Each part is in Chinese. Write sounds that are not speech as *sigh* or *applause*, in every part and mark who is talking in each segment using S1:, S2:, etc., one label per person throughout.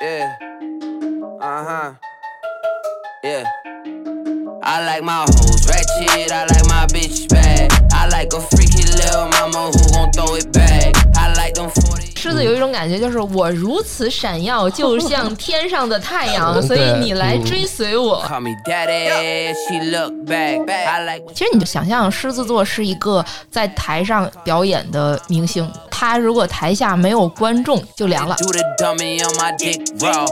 S1: Yeah. Uh huh. Yeah. I like my hoes ratchet. I like my bitch bad. I like a freaky little mama who gon' throw it back. I like them 40.
S2: 狮子有一种感觉，就是我如此闪耀，就像天上的太阳，
S3: 嗯
S2: 所以
S3: *laughs* 对
S2: 你来追随我。
S1: Call me daddy. She look back. I like.
S2: 其实你就想象狮子座是一个在台上表演的明星，他如果台下没有观众就凉了。
S1: Do the dummy on my dick raw.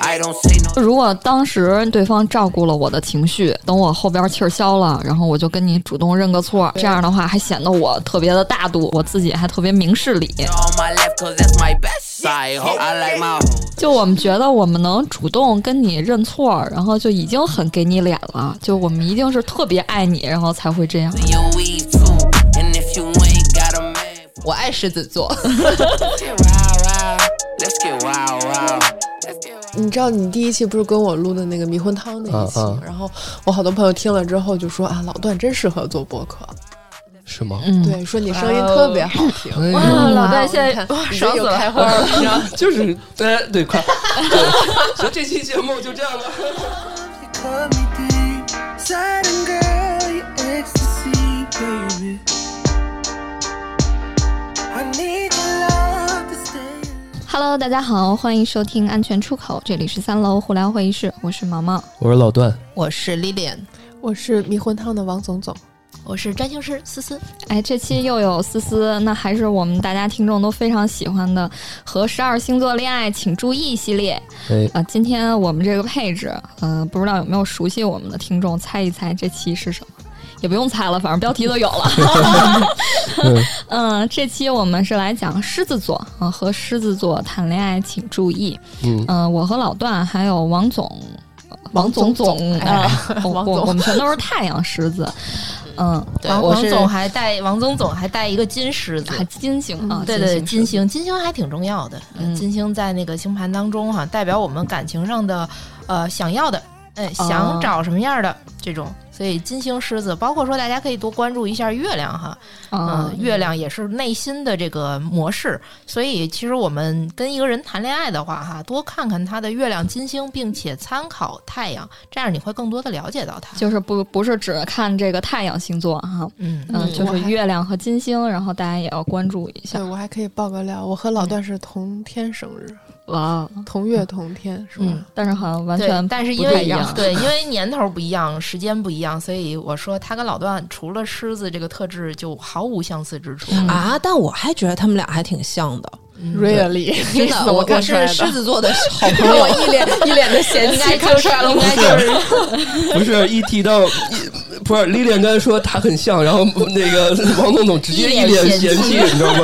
S1: I don't say no.
S4: 如果当时对方照顾了我的情绪，等我后边气儿消了，然后我就跟你主动认个错，这样的话还显得我特别的大度，我自己还特别明事理。
S1: On my left, cause that's my best side. Ho. I like my hoes.
S4: 就我们觉得我们能主动跟你认错，然后就已经很给你脸了，就我们一定是特别爱你，然后才会这样。
S1: You weave too. And if you ain't got a man.
S5: 我爱狮子座，
S2: 嗯
S1: Let's get wild, wild. Let's get wild, wild. Let's get wild.
S6: 你知道你第一期不是跟我录的那个迷魂汤那一期，
S2: 啊
S3: 嗯嗯
S6: 然后我好多朋友听了之后就说啊，老段真适合做播客，
S3: 是吗？
S4: 嗯，
S6: 对，说你声音特别好听。
S3: 哎呦
S2: 哇，老段现
S6: 你
S2: 在
S6: 看
S2: 哇
S6: 你
S2: 爽
S6: 这
S2: 死
S6: 又
S2: 了
S6: 开！花了，
S2: *laughs*
S6: 是吧？
S3: 就是大家对快，对行，这期节目就这样了。
S7: You cut me deep, sad and girl, your ecstasy, baby. I need your love to stay.
S4: Hello，大家好，欢迎收听安全出口，这里是三楼互聊会议室，我是毛毛。
S3: 我是老段，
S5: 我是 Lilian，
S6: 我是迷魂汤的王总总，
S2: 我是占星师思思，
S4: 哎，这期又有思思，那还是我们大家听众都非常喜欢的和十二星座恋爱请注意系列啊、 *laughs*
S3: 哎，
S4: 今天我们这个配置，呃，不知道有没有熟悉我们的听众，猜一猜这期是什么？也不用猜了，反正标题都有了。 *laughs* 嗯，这期我们是来讲狮子座啊、和狮子座谈恋爱请注意。
S3: 嗯，
S4: 嗯、我和老段还有王总，王总总啊，我
S6: 王
S4: 我
S6: 总
S4: 我们全都是太阳狮子。嗯，
S5: 对
S2: 王
S5: 我
S2: 王
S5: 是
S2: 总还带王总总还带一个金狮子，
S4: 还金星啊，
S2: 嗯对对，
S4: 金
S2: 金
S4: 星
S2: 星，金星还挺重要的。呃
S4: 嗯
S2: 金星在那个星盘当中哈、代表我们感情上的呃想要的，嗯、
S4: 哦
S2: 想找什么样的这种。所以金星狮子，包括说大家可以多关注一下月亮哈，
S4: 星
S2: 嗯、
S4: 啊，
S2: 月亮也是内心的这个模式。所以其实我们跟一个人谈恋爱的话哈，多看看他的月亮、金星，并且参考太阳，这样你会更多的了解到他。
S4: 就是不不是只看这个太阳星座哈，
S2: 嗯，嗯
S4: 嗯，
S6: 嗯
S4: 就
S6: 我
S4: 是
S6: 还
S4: 月亮和金星，然后大家也要关注一
S6: 对
S4: 下。
S6: 我还可以爆个料，我和老段是同天生日，
S4: 哇，
S6: 同月同天，是吧？
S2: 嗯
S4: 但是好像完
S2: 对，
S4: 全
S2: 但是
S4: 不
S2: 因
S4: 太
S2: 为
S4: 一样，
S2: *laughs* 对，因为年头不一样，时间不一样，所以我说他跟老段除了狮子这个特质，就毫无相似之
S6: 嗯
S2: 处。
S5: *laughs* 啊，但我还觉得他们俩还挺像的，
S2: 嗯
S6: Really，
S5: 真
S6: 这
S5: 的，
S6: 次
S5: 我
S6: 哦看出
S5: 是
S6: 来
S5: 狮
S6: 的。
S5: 子座
S6: *laughs*
S5: 的好 *laughs* 朋友，
S2: *laughs*
S5: 一脸一脸的嫌
S2: 应该就是应该就是
S3: 不是一提到一不是 Lilian 刚才说他很像，然后那个王总总直接一脸嫌弃，你知道吗？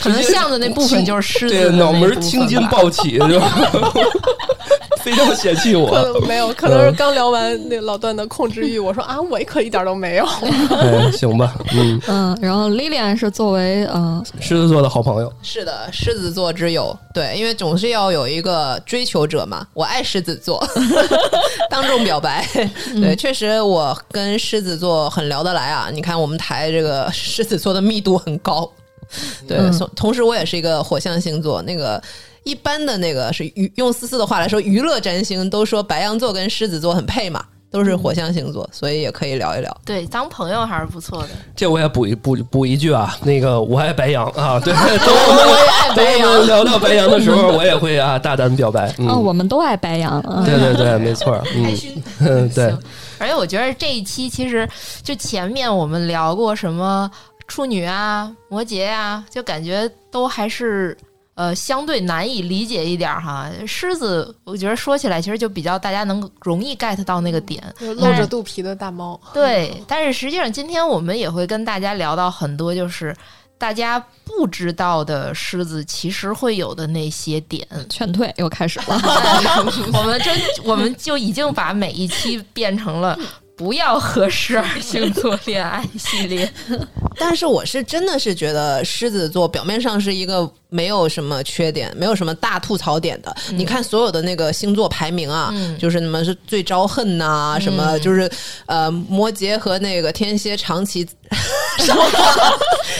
S2: 可能像的那部分就是狮子
S3: 对
S2: 的，那
S3: 脑门
S2: 部
S3: 儿
S2: 分
S3: 青筋
S2: 吧
S3: 暴起，是吧？ *laughs* 非常嫌弃
S6: 可 *laughs*
S3: 我，
S2: 哦
S6: 能没有，可能是刚聊完那老段的控制欲，我说啊，我可一点都没 *laughs* 有。
S3: 哎，行吧，嗯，
S4: 嗯，然后 Lilian 是作为呃，
S3: 狮子座的好朋友，
S5: 是的，狮子座之友，对，因为总是要有一个追求者嘛。我爱狮子座， *laughs* 当众
S6: *laughs*
S5: 表白。
S6: 嗯
S5: 对，确实我跟狮子座很聊得来啊。你看我们台这个狮子座的密度很高，对，
S6: 嗯
S5: 同同时我也是一个火象星座，那个。一般的那个是娱，用思思的话来说，娱乐占星都说白羊座跟狮子座很配嘛，都
S6: 嗯
S5: 是火象星座，所以也可以聊一聊。
S2: 对，当朋友还是不错的。
S3: 这我也补一补补一句啊，那个我爱白羊啊，对，等我们等我们聊到白羊的时候，我也会啊大胆表白。嗯
S4: 哦，我们都爱白羊，嗯，
S3: 对对对，没错儿，嗯， *laughs* 对
S2: 行，而且我觉得这一期其实就前面我们聊过什么处女啊、摩羯啊，就感觉都还是呃相对难以理解一点儿哈。狮子，我觉得说起来其实就比较大家能容易 get 到那个点，
S6: 就露着肚皮的大猫，
S2: 对，但是实际上，今天我们也会跟大家聊到很多，就是大家不知道的狮子其实会有的那些点。
S4: 劝退又开始了。 *laughs*
S2: *laughs* 我们真，我们就已经把每一期变成了不要和十二星座恋爱系 *laughs* 列。
S5: 但是我是真的是觉得狮子座表面上是一个没有什么缺点、没有什么大吐槽点的。你看所有的那个星座排名啊，
S2: 嗯
S5: 就是你们是
S2: *laughs*
S5: 最招恨呐、什么就是呃摩羯和那个天蝎长期上了。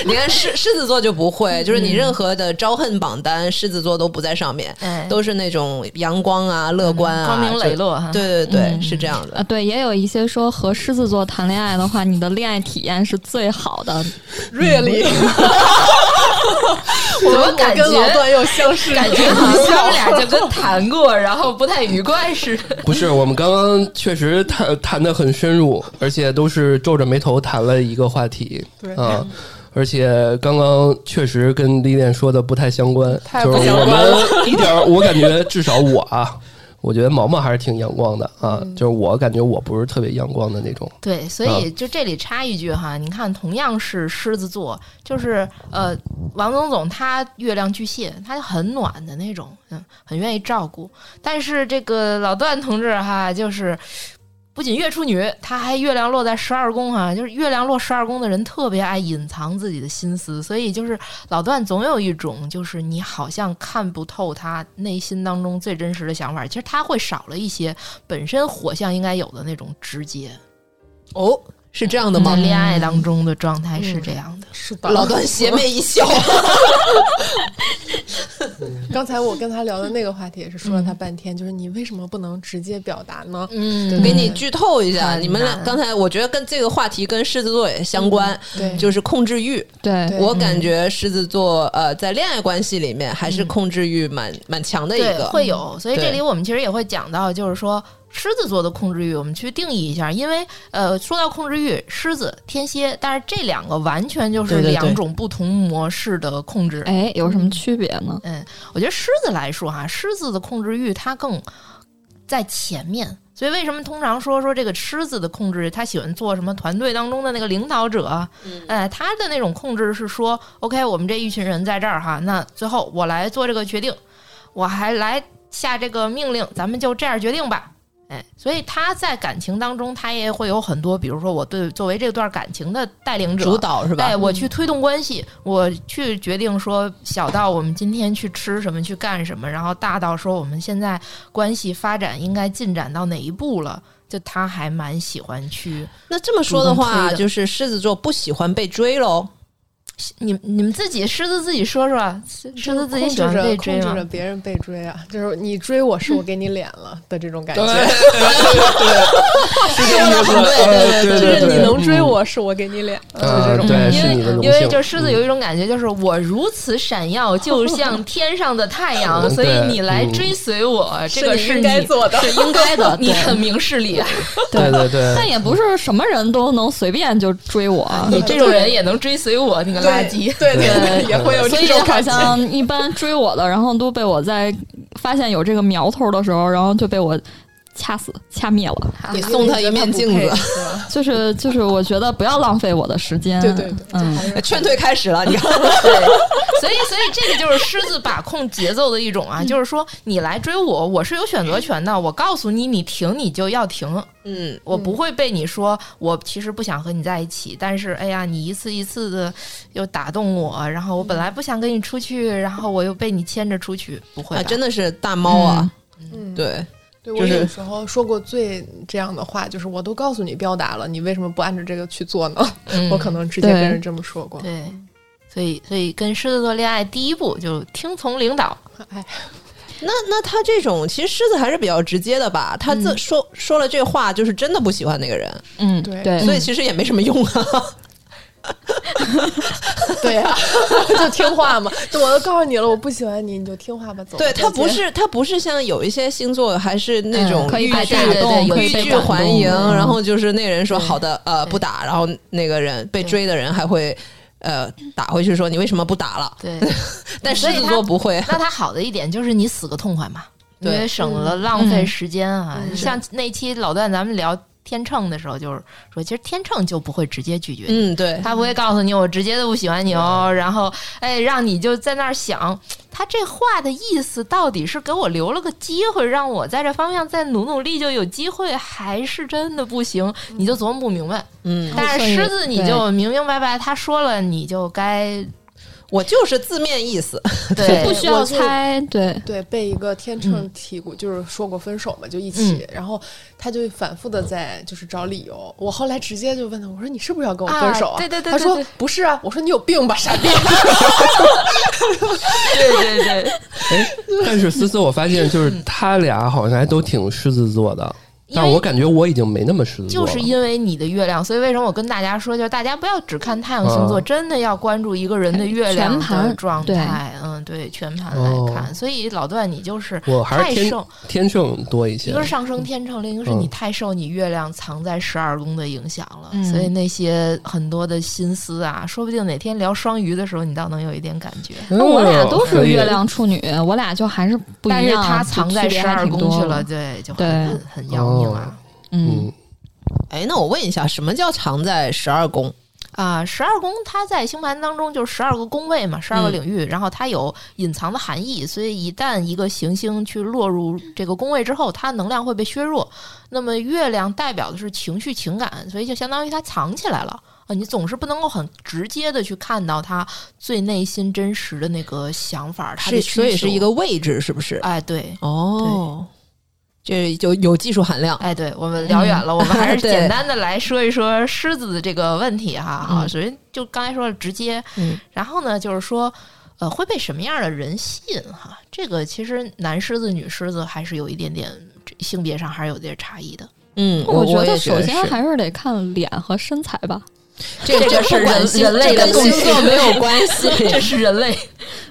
S5: 你看狮狮子座就不会，就是
S2: 嗯
S5: 你任何的招恨榜单，狮子座都不在上面，
S2: 哎嗯
S5: 都是那种阳光啊、乐观啊、
S2: 光明磊落
S5: 就
S2: 哈嗯呃
S5: 对对对，是这样
S4: 啊，
S5: 的。
S4: 对，也有一些说和狮子座谈恋爱的话，你的恋爱体验是最好的。
S5: *laughs*
S6: ，really，
S2: 我们感觉
S6: 跟老段又相识一
S2: 感觉好像他们俩就跟谈过，然后不太愉快似的。
S3: 不是，我们刚刚确实谈谈的很深入，而且都是皱着眉头谈了一个话题，
S6: 对
S3: 啊。而且刚刚确实跟李恋说的不太相关，
S6: 太
S3: 就
S6: 不
S3: 是
S6: 相
S3: 我
S6: 关
S3: 们一点儿，我感觉至少我啊，我觉得毛毛还是挺阳光的啊，就是我感觉我不是特别阳光的那种，
S2: 对，所以就这里插一句哈，你看，同样是狮子座，就是呃，王总总他月亮巨蟹，他很暖的那种，嗯，很愿意照顾。但是这个老段同志哈，就是不仅月处女，他还月亮落在十二宫哈，就是月亮落十二宫的人特别爱隐藏自己的心思，所以就是老段总有一种就是你好像看不透他内心当中最真实的想法，其实他会少了一些本身火象应该有的那种直接。
S5: 哦，是这样的吗
S2: 在？恋爱当中的状态是这样的。
S6: 是吧？
S5: 老段邪魅一笑，
S6: 刚才我跟他聊的那个话题也是说了他半天，就是你为什么不能直接表达呢？
S2: 嗯
S5: 给你剧透一下，
S2: 嗯
S5: 你们俩
S2: 很难
S5: 刚才我觉得跟这个话题跟狮子座也相关，
S6: 对
S5: 就是控制欲。
S4: 对
S6: 嗯对
S5: 我感觉狮子座呃，在恋爱关系里面还是控制欲蛮蛮强的一
S2: 对
S5: 个，
S2: 会有，所以这
S5: 对
S2: 里我们其实也会讲到，就是说狮子座的控制欲，我们去定义一下，因为呃，说到控制欲，狮子、天蝎，但是这两个完全就是
S5: 对对对
S2: 两种不同模式的控制。
S4: 哎，有什么区别呢？
S2: 嗯，我觉得狮子来说哈、狮子的控制欲它更在前面，所以为什么通常说说这个狮子的控制，他喜欢做什么团队当中的那个领导者啊？
S5: 嗯
S2: 哎，他的那种控制是说，OK，我们这一群人在这儿哈，那最后我来做这个决定，我还来下这个命令，咱们就这样决定吧。哎，所以他在感情当中，他也会有很多，比如说我对作为这段感情的带领者、
S5: 主导是吧
S2: 哎，？我去
S6: 嗯
S2: 推动关系，我去决定说，小到我们今天去吃什么，去干什么，然后大到说我们现在关系发展应该进展到哪一步了，就他还蛮喜欢去。
S5: 那这么说的
S2: 主动
S5: 话，
S2: 推的
S5: 就是狮子座不喜欢被追喽。
S2: 你你们自己狮子自己说说，狮狮子自己
S6: 控制
S2: 喜欢
S6: 着
S2: 被
S6: 控
S2: 追
S6: 制
S2: 吗
S6: 着？别人被追啊，就是你追我是我给你脸了的这种感
S3: 对
S5: *laughs*
S6: 觉。
S3: 对，是这么说的，对
S6: 就
S3: 对
S6: 是你能追
S3: 嗯
S6: 我是我给你脸了
S3: 呃
S5: 嗯
S6: 就这种。
S3: 对，
S2: 因
S3: 是
S2: 为
S3: 你的荣
S2: 因为
S3: 幸。
S2: 就狮子有一种感觉，就是我如此闪耀，就
S6: *laughs*
S2: 像天上的太阳，
S3: 嗯
S2: 所以
S3: 对
S2: 你来
S3: 嗯
S2: 追随我，这个
S6: 你
S2: 是
S6: 应该
S2: 你
S6: 做的
S2: 是应该的，你
S4: 对
S2: 很明事理。啊
S3: 对对
S4: 但
S3: 对，
S4: 也不是什么人都能随便就追我，啊
S2: 你这种人也能追随我，你个垃圾。
S6: 对
S3: 对
S6: 对，也会
S4: *laughs*
S6: 有
S4: 所
S6: 这
S4: 以
S6: 种
S4: 好
S6: 感觉。
S4: 像一般追我的，然后都被我在发现有这个苗头的时候，然后就被我掐死、掐灭了。
S5: 你嗯送他一面镜子，
S6: 是
S5: *laughs*
S6: 吧？
S4: 就是就是，我觉得不要浪费我的时间。
S6: 对对对，
S4: 嗯，
S5: 劝退开始了，你看，
S2: 所以，所以这个就是狮子把控节奏的一种
S5: 嗯
S2: 啊，就是说你来追我，我是有选择权的。我告诉你，你停你就要停，
S5: 嗯，
S2: 我不会被你说我其实不想和你在一起，但是哎呀，你一次一次的又打动我，然后我本
S5: 嗯
S2: 来不想跟你出去，然后我又被你牵着出去，不会吧？
S5: 啊，真的是大猫啊，
S6: 嗯，
S5: 对，
S6: 对
S5: 就
S6: 我
S5: 是
S6: 有时候说过最这样的话，就是我都告诉你标答了，你为什么不按照这个去做呢？
S2: 嗯
S6: 我可能直接跟
S4: 对
S6: 人这么说过。
S2: 对。所以，所以跟狮子座恋爱，第一步就听从领导，
S6: 哎，
S5: 那那他这种其实狮子还是比较直接的吧，他这说、说了这话就是真的不喜欢那个人，
S4: 嗯，
S6: 对
S4: 对，
S5: 所以其实也没什么用啊。
S6: 对 *laughs* 呀、就听话嘛。就我都告诉你了，我不喜欢你，你就听话吧，走。
S5: 对
S6: 再
S5: 他不
S6: 见
S5: 是他不是像有一些星座还是那种
S4: 嗯可以
S5: 欲
S4: 被
S5: 拒
S4: 打动
S2: 对对对
S4: 可以
S5: 欲
S4: 被
S5: 拒
S4: 感动
S5: 还迎，
S4: 嗯
S5: 然后就是那个人说好的呃不打，然后那个人被追的人还会呃打回去说你为什么不打了？
S2: *laughs* 对，
S5: 但狮
S2: 所以
S5: 子
S2: 他
S5: 座不会，
S2: *laughs* 那它好的一点就是你死个痛快嘛，因
S5: 对
S2: 为省了浪费时间啊。
S6: 嗯
S2: 像那期老段咱们聊天秤的时候，就是说，其实天秤就不会直接拒绝你，
S5: 嗯对，
S2: 他不会告诉你我直接的不喜欢你哦，然后哎让你就在那儿想，他这话的意思到底是给我留了个机会，让我在这方面再努努力就有机会，还是真的不行？你就琢磨不明白。
S5: 嗯。
S2: 但是狮子你就明明白白，他说了你就该
S5: 我就是字面意思，
S2: 对，
S4: 嗯不需
S6: 我
S4: 要
S6: 就
S4: 猜，对，
S6: 对，被一个天
S2: 嗯
S6: 秤提过，就是说过分手嘛，就一起，然后他就反复的在就是找理由。我后来直接就问他，我说你是不是要跟我分手啊？
S2: 啊对对对
S6: 他说
S2: 对对
S6: 不是啊，我说你有病吧，傻
S2: *laughs*
S6: 逼。
S2: 对对对，
S3: 哎， *laughs* 但是思思，我发现就是他俩好像还都挺狮子座的，
S2: 因为
S3: 但我感觉我已经没那么狮子座
S2: 就
S3: 了。
S2: 是因为你的月亮，所以为什么我跟大家说，就是大家不要只看太阳星座，
S3: 啊
S2: 真的要关注一个人的月亮
S4: 哎全
S2: 的
S4: 盘
S2: 状
S4: 对
S2: 态。嗯，对，全盘来看。所以老段，你就是
S3: 哦我还
S2: 太
S3: 是天
S2: 瘦，
S3: 天秤多一些
S2: 一个，是上升天秤，另一个是
S3: 嗯
S2: 你太受你月亮藏在十二宫的影响了，
S4: 嗯
S2: 所以那些很多的心思啊，说不定哪天聊双鱼的时候，你倒能有一点感觉。
S3: 那
S4: 那我俩都
S3: 嗯
S4: 是月，亮处女，我俩就还是不一样，
S2: 但是它藏在
S4: 就区
S2: 十
S4: 别还
S2: 二
S4: 挺
S2: 宫去
S4: 多
S2: 了，
S4: 的。
S2: 对，就
S4: 对
S2: 很很很要命啊。
S3: 可以
S4: 嗯
S3: 嗯，
S5: 哎，那我问一下，什么叫藏在十二宫？
S2: 啊，十二宫它在星盘当中就是十二个宫位嘛，十
S5: 嗯
S2: 二个领域，然后它有隐藏的含义，所以一旦一个行星去落入这个宫位之后，它能量会被削弱。那么月亮代表的是情绪情感，所以就相当于它藏起来了。啊，你总是不能够很直接的去看到它最内心真实的那个想法，它的
S5: 是，
S2: 需
S5: 所以
S2: 求
S5: 是一个位置，是不是？
S2: 哎，对，
S5: 哦，这就有技术含量。
S2: 哎，对我们聊远了，我们还是
S5: *laughs* 对
S2: 简单的来说一说狮子的这个问题哈。
S5: 嗯
S2: 啊，首先就刚才说了直接，
S5: 嗯
S2: 然后呢就是说，呃，会被什么样的人吸引哈？这个其实男狮子、女狮子还是有一点点这性别上还是有点差异的。
S5: 嗯，
S4: 我
S5: 觉
S4: 得
S5: 得
S4: 首先
S5: 是
S4: 还是得看脸和身材吧。
S5: 这
S2: 这个
S5: 是
S2: 不管
S5: 人
S2: 是人类
S5: 这
S2: 的
S5: 跟
S2: 共
S5: 星
S2: 性
S5: 座没有关系。
S2: 这是人类，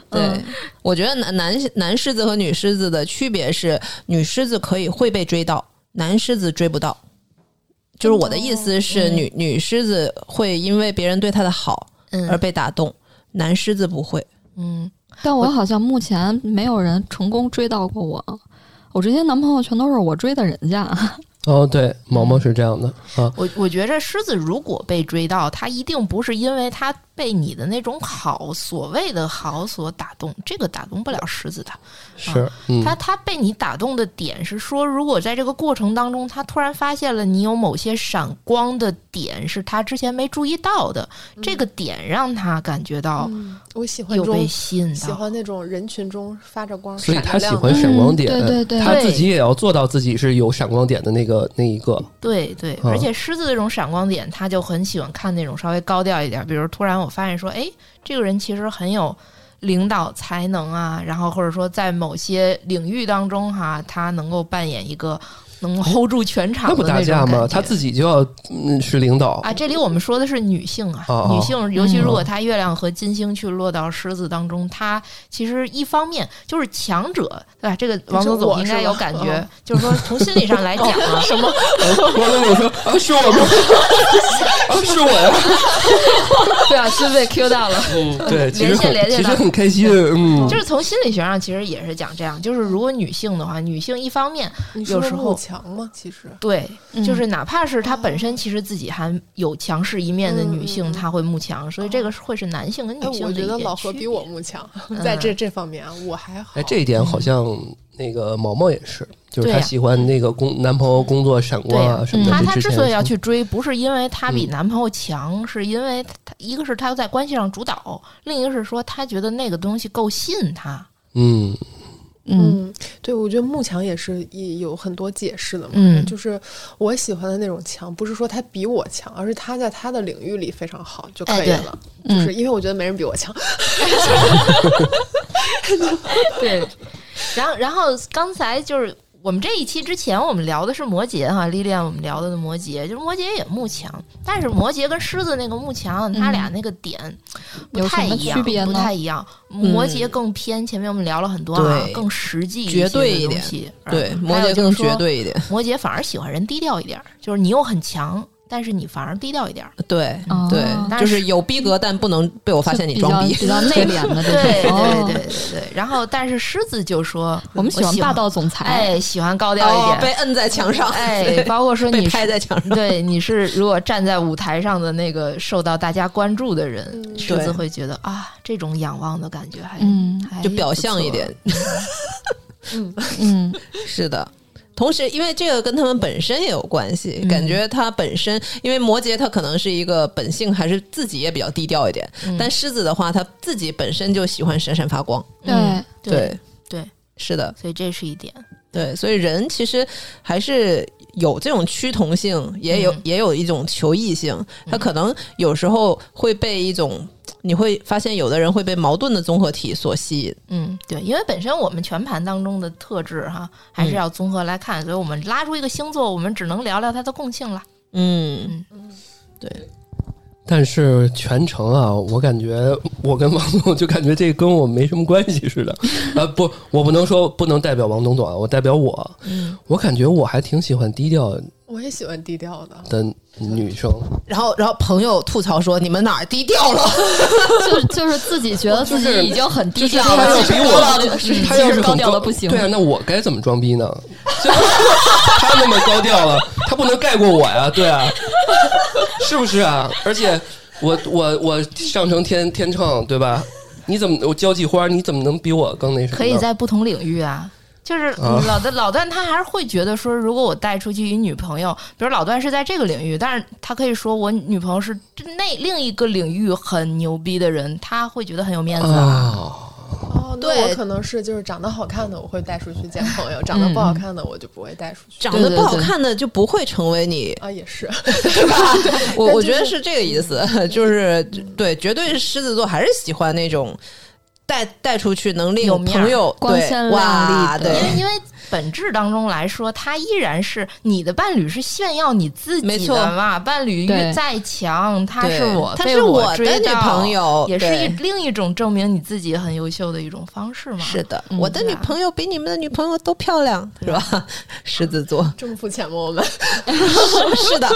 S5: 对，我觉得男男男狮子和女狮子的区别是，女狮子可以会被追到，男狮子追不到。就是我的意思是，女女狮子会因为别人对她的好而
S2: 嗯
S5: 被打动，男狮子不会。
S2: 嗯，
S4: 但我好像目前没有人成功追到过我，我这些男朋友全都是我追的人家。
S3: 哦，对，毛毛是这样的啊，
S2: 我我觉着狮子如果被追到，他一定不是因为他被你的那种好，所谓的好所打动，这个打动不了狮子的。
S3: 是，嗯，
S2: 他他被你打动的点是说，如果在这个过程当中，他突然发现了你有某些闪光的点，是他之前没注意到的，这个点让他感觉到
S6: 嗯我喜欢
S2: 有
S6: 这
S2: 被
S6: 种
S2: 吸引
S6: 喜
S2: 到。
S6: 欢那种人群中发着光、
S3: 所以
S6: 闪
S3: 他
S6: 着
S3: 喜
S6: 亮
S3: 欢
S6: 的。
S3: 闪光点，
S4: 嗯对对对
S3: 他自己也要做到自己是有闪光点的那个那一个，
S2: 对对，
S3: 嗯
S2: 而且狮子这种闪光点，他就很喜欢看那种稍微高调一点，比如突然我发现说，哎，这个人其实很有。领导才能啊，然后或者说在某些领域当中哈、他能够扮演一个能 hold 住全场
S3: 那
S2: 的
S3: 不
S2: 种
S3: 打架
S2: 感
S3: 吗？
S2: 觉
S3: 他自己就要嗯是领导
S2: 啊，这里我们说的是女性啊，
S3: 哦哦
S2: 女性，尤其
S4: 嗯
S2: 如果她月亮和金星去落到狮子当中，她其实一方面就是强者，对吧？这个王总
S6: 是我
S2: 总应该
S6: 是
S2: 有
S6: 吧
S2: 感
S6: 哦
S2: 觉， *laughs* 就是说从心理上来讲
S6: *laughs*
S2: 啊，什么
S3: 王总，我说啊，是我吗？啊，是我呀。
S2: 对啊，是被 Q 到了。
S3: 嗯，对，其实很
S2: 连线连线
S3: 其
S2: 的
S3: 实很开心。嗯，
S2: 就是从心理学上，其实也是讲这样，就是如果女性的话，女性一方面
S6: 你
S2: 有
S6: 说
S2: 时
S6: 慕
S2: 候
S6: 强吗？其实
S2: 对，
S6: 嗯
S2: 就是哪怕是她本身其实自己还有强势一面的女性，
S6: 哦嗯嗯嗯
S2: 她会慕强，所以这个是会是男性跟
S6: 哎，
S2: 女性的
S6: 我
S2: 一
S6: 觉得
S2: 点
S6: 老何
S2: 区
S6: 比
S2: 别嗯
S6: 我慕强， *laughs* 在这这方面啊，我还好。
S3: 哎，这一点好像那个毛毛也是，就是
S2: 对
S3: 她
S2: 呀
S3: 喜欢那个工男朋友工作闪光啊什么的。
S2: 她
S3: 这
S2: 她之
S3: 前
S2: 所以
S3: 也
S2: 要
S3: 说
S2: 去追，不是因为她比男朋友强，是因为她一个是她在关系上主导，另一个是说她觉得那个东西够吸引她。
S3: 嗯，
S4: 嗯，
S6: 嗯，对，我觉得慕强也是也有很多解释的嘛。
S2: 嗯
S6: 就是我喜欢的那种强，不是说他比我强，而是他在他的领域里非常好就
S2: 哎
S6: 可以
S2: 对
S6: 了。
S4: 嗯
S6: 就是因为我觉得没人比我强。
S2: 对，然后然后刚才就是我们这一期之前，我们聊的是摩羯哈，历练我们聊的摩羯，就是摩羯也慕强，但是摩羯跟狮子那个慕强，他俩那个点不
S4: 有
S2: 太
S4: 什么
S2: 一样，
S4: 区别
S2: 不
S4: 呢
S2: 太一样。摩羯更偏，前面我们聊了很多啊，
S5: 对
S2: 更实际一
S5: 绝
S2: 些
S5: 对
S2: 的
S5: 一
S2: 东
S5: 点
S2: 西。
S5: 对，
S2: 嗯
S5: 摩羯更绝。对一
S2: 还
S5: 点。
S2: 有就是说摩羯反而喜欢人低调一点儿，就是你又很强，但是你反而低调一点儿。
S5: 对
S4: 哦
S5: 对，就是有逼格，但不能被我发现你装逼
S4: 就。比较比较内敛的这
S2: 对对
S4: 种。哦
S2: 对对对对。然后，但是狮子就说
S4: 我们喜欢霸，道总裁。
S2: 哎，喜欢高调一
S5: 哦
S2: 点，，
S5: 被摁在墙上，
S2: 哎，
S5: 对
S2: 包括说
S5: 被
S2: 你
S5: 拍
S2: 是
S5: 在墙上。
S2: 对你是如果站在舞台上的那个受到大家关注的人，
S6: 嗯
S2: 狮子
S5: 对
S2: 会觉得啊，这种仰望的感觉还
S4: 嗯
S2: 还
S5: 就表象
S2: 不错
S5: 一点，
S4: 嗯，
S5: 是的。同时，因为这个跟他们本身也有关系，感觉他本身，因为摩羯他可能是一个本性还是自己也比较低调一点，但狮子的话，他自己本身就喜欢闪闪发光。
S2: 嗯
S5: 对，
S2: 对，
S5: 是的，
S2: 所以这是一点。
S5: 对，所以人其实还是有这种趋同性，也有、
S2: 嗯
S5: 也有一种求异性，他可能有时候会被一种。你会发现，有的人会被矛盾的综合体所吸引。
S2: 嗯，对，因为本身我们全盘当中的特质哈，还是要综合来看，所以我们拉出一个星座，我们只能聊聊它的共性了。
S5: 嗯，
S3: 但是全程啊，我感觉我跟王总就感觉这跟我没什么关系
S2: *laughs*
S3: 似的。啊，不，我不能说不能代表王董总啊，我代表我，
S2: 嗯
S3: 我感觉我还挺喜欢低调
S6: 我也喜欢低调的，
S3: 的女生。
S5: 然后，然后朋友吐槽说：“你们哪儿低调了？”
S4: 就是就是自己觉得自己已经很低
S3: 就是
S4: 调
S3: 他
S4: 了，
S3: 要
S4: 其实
S3: 比
S4: 高调的
S3: 我
S4: 不，行，
S3: 他
S4: 其
S3: 要
S4: 实
S3: 是
S4: 高
S3: 很
S4: 调的不行
S3: 对。啊，那我该怎么装逼呢？就 *laughs* 他那么高调了，他不能盖过我呀，对啊，是不是啊？而且我我我上承天天秤，对吧？你怎么我交际花？你怎么能比我更那什么呢？
S2: 可以在不同领域啊。就是
S3: 啊
S2: 老的老段，他还是会觉得说，如果我带出去一女朋友，比如老段是在这个领域，但是他可以说我女朋友是这那另一个领域很牛逼的人，他会觉得很有面子啊。
S3: 啊，
S6: 哦，那
S5: 对
S6: 我可能是就是长得好看的我会带出去见朋友，
S2: 嗯
S6: 长得不好看的我就不会带出去。
S5: 长得不好看的就不会成为你，
S6: 啊，
S2: *laughs*
S6: 也是，
S5: 对吧？我
S6: 但
S5: 我
S6: 就
S5: 觉得
S6: 是
S5: 是这个意思， *laughs* 就是对，绝对是狮子座还是喜欢那种带带出去能令
S2: 有面儿
S5: 朋友
S4: 光
S5: 对
S4: 鲜
S5: 哇，
S4: 亮丽的
S2: 因为
S5: 对，
S2: 因为本质当中来说，他依然是你的伴侣是炫耀你自
S5: 没
S2: 己
S5: 错
S2: 的嘛，伴侣
S4: 对
S2: 欲再强，他
S5: 对
S2: 是我
S5: 她
S2: 被
S5: 是我
S2: 我
S5: 的
S2: 追
S5: 女
S2: 到
S5: 朋友
S2: 也是
S5: 对
S2: 一另一种证明你自己很优秀的一种方式嘛。
S5: 是的，
S4: 嗯
S5: 我的
S2: 对
S5: 女
S2: 啊
S5: 朋友比你们的女朋友都漂亮，是吧？ *laughs* 狮
S2: *laughs*
S5: 子座
S6: 这么肤浅吗？我们
S5: 是的，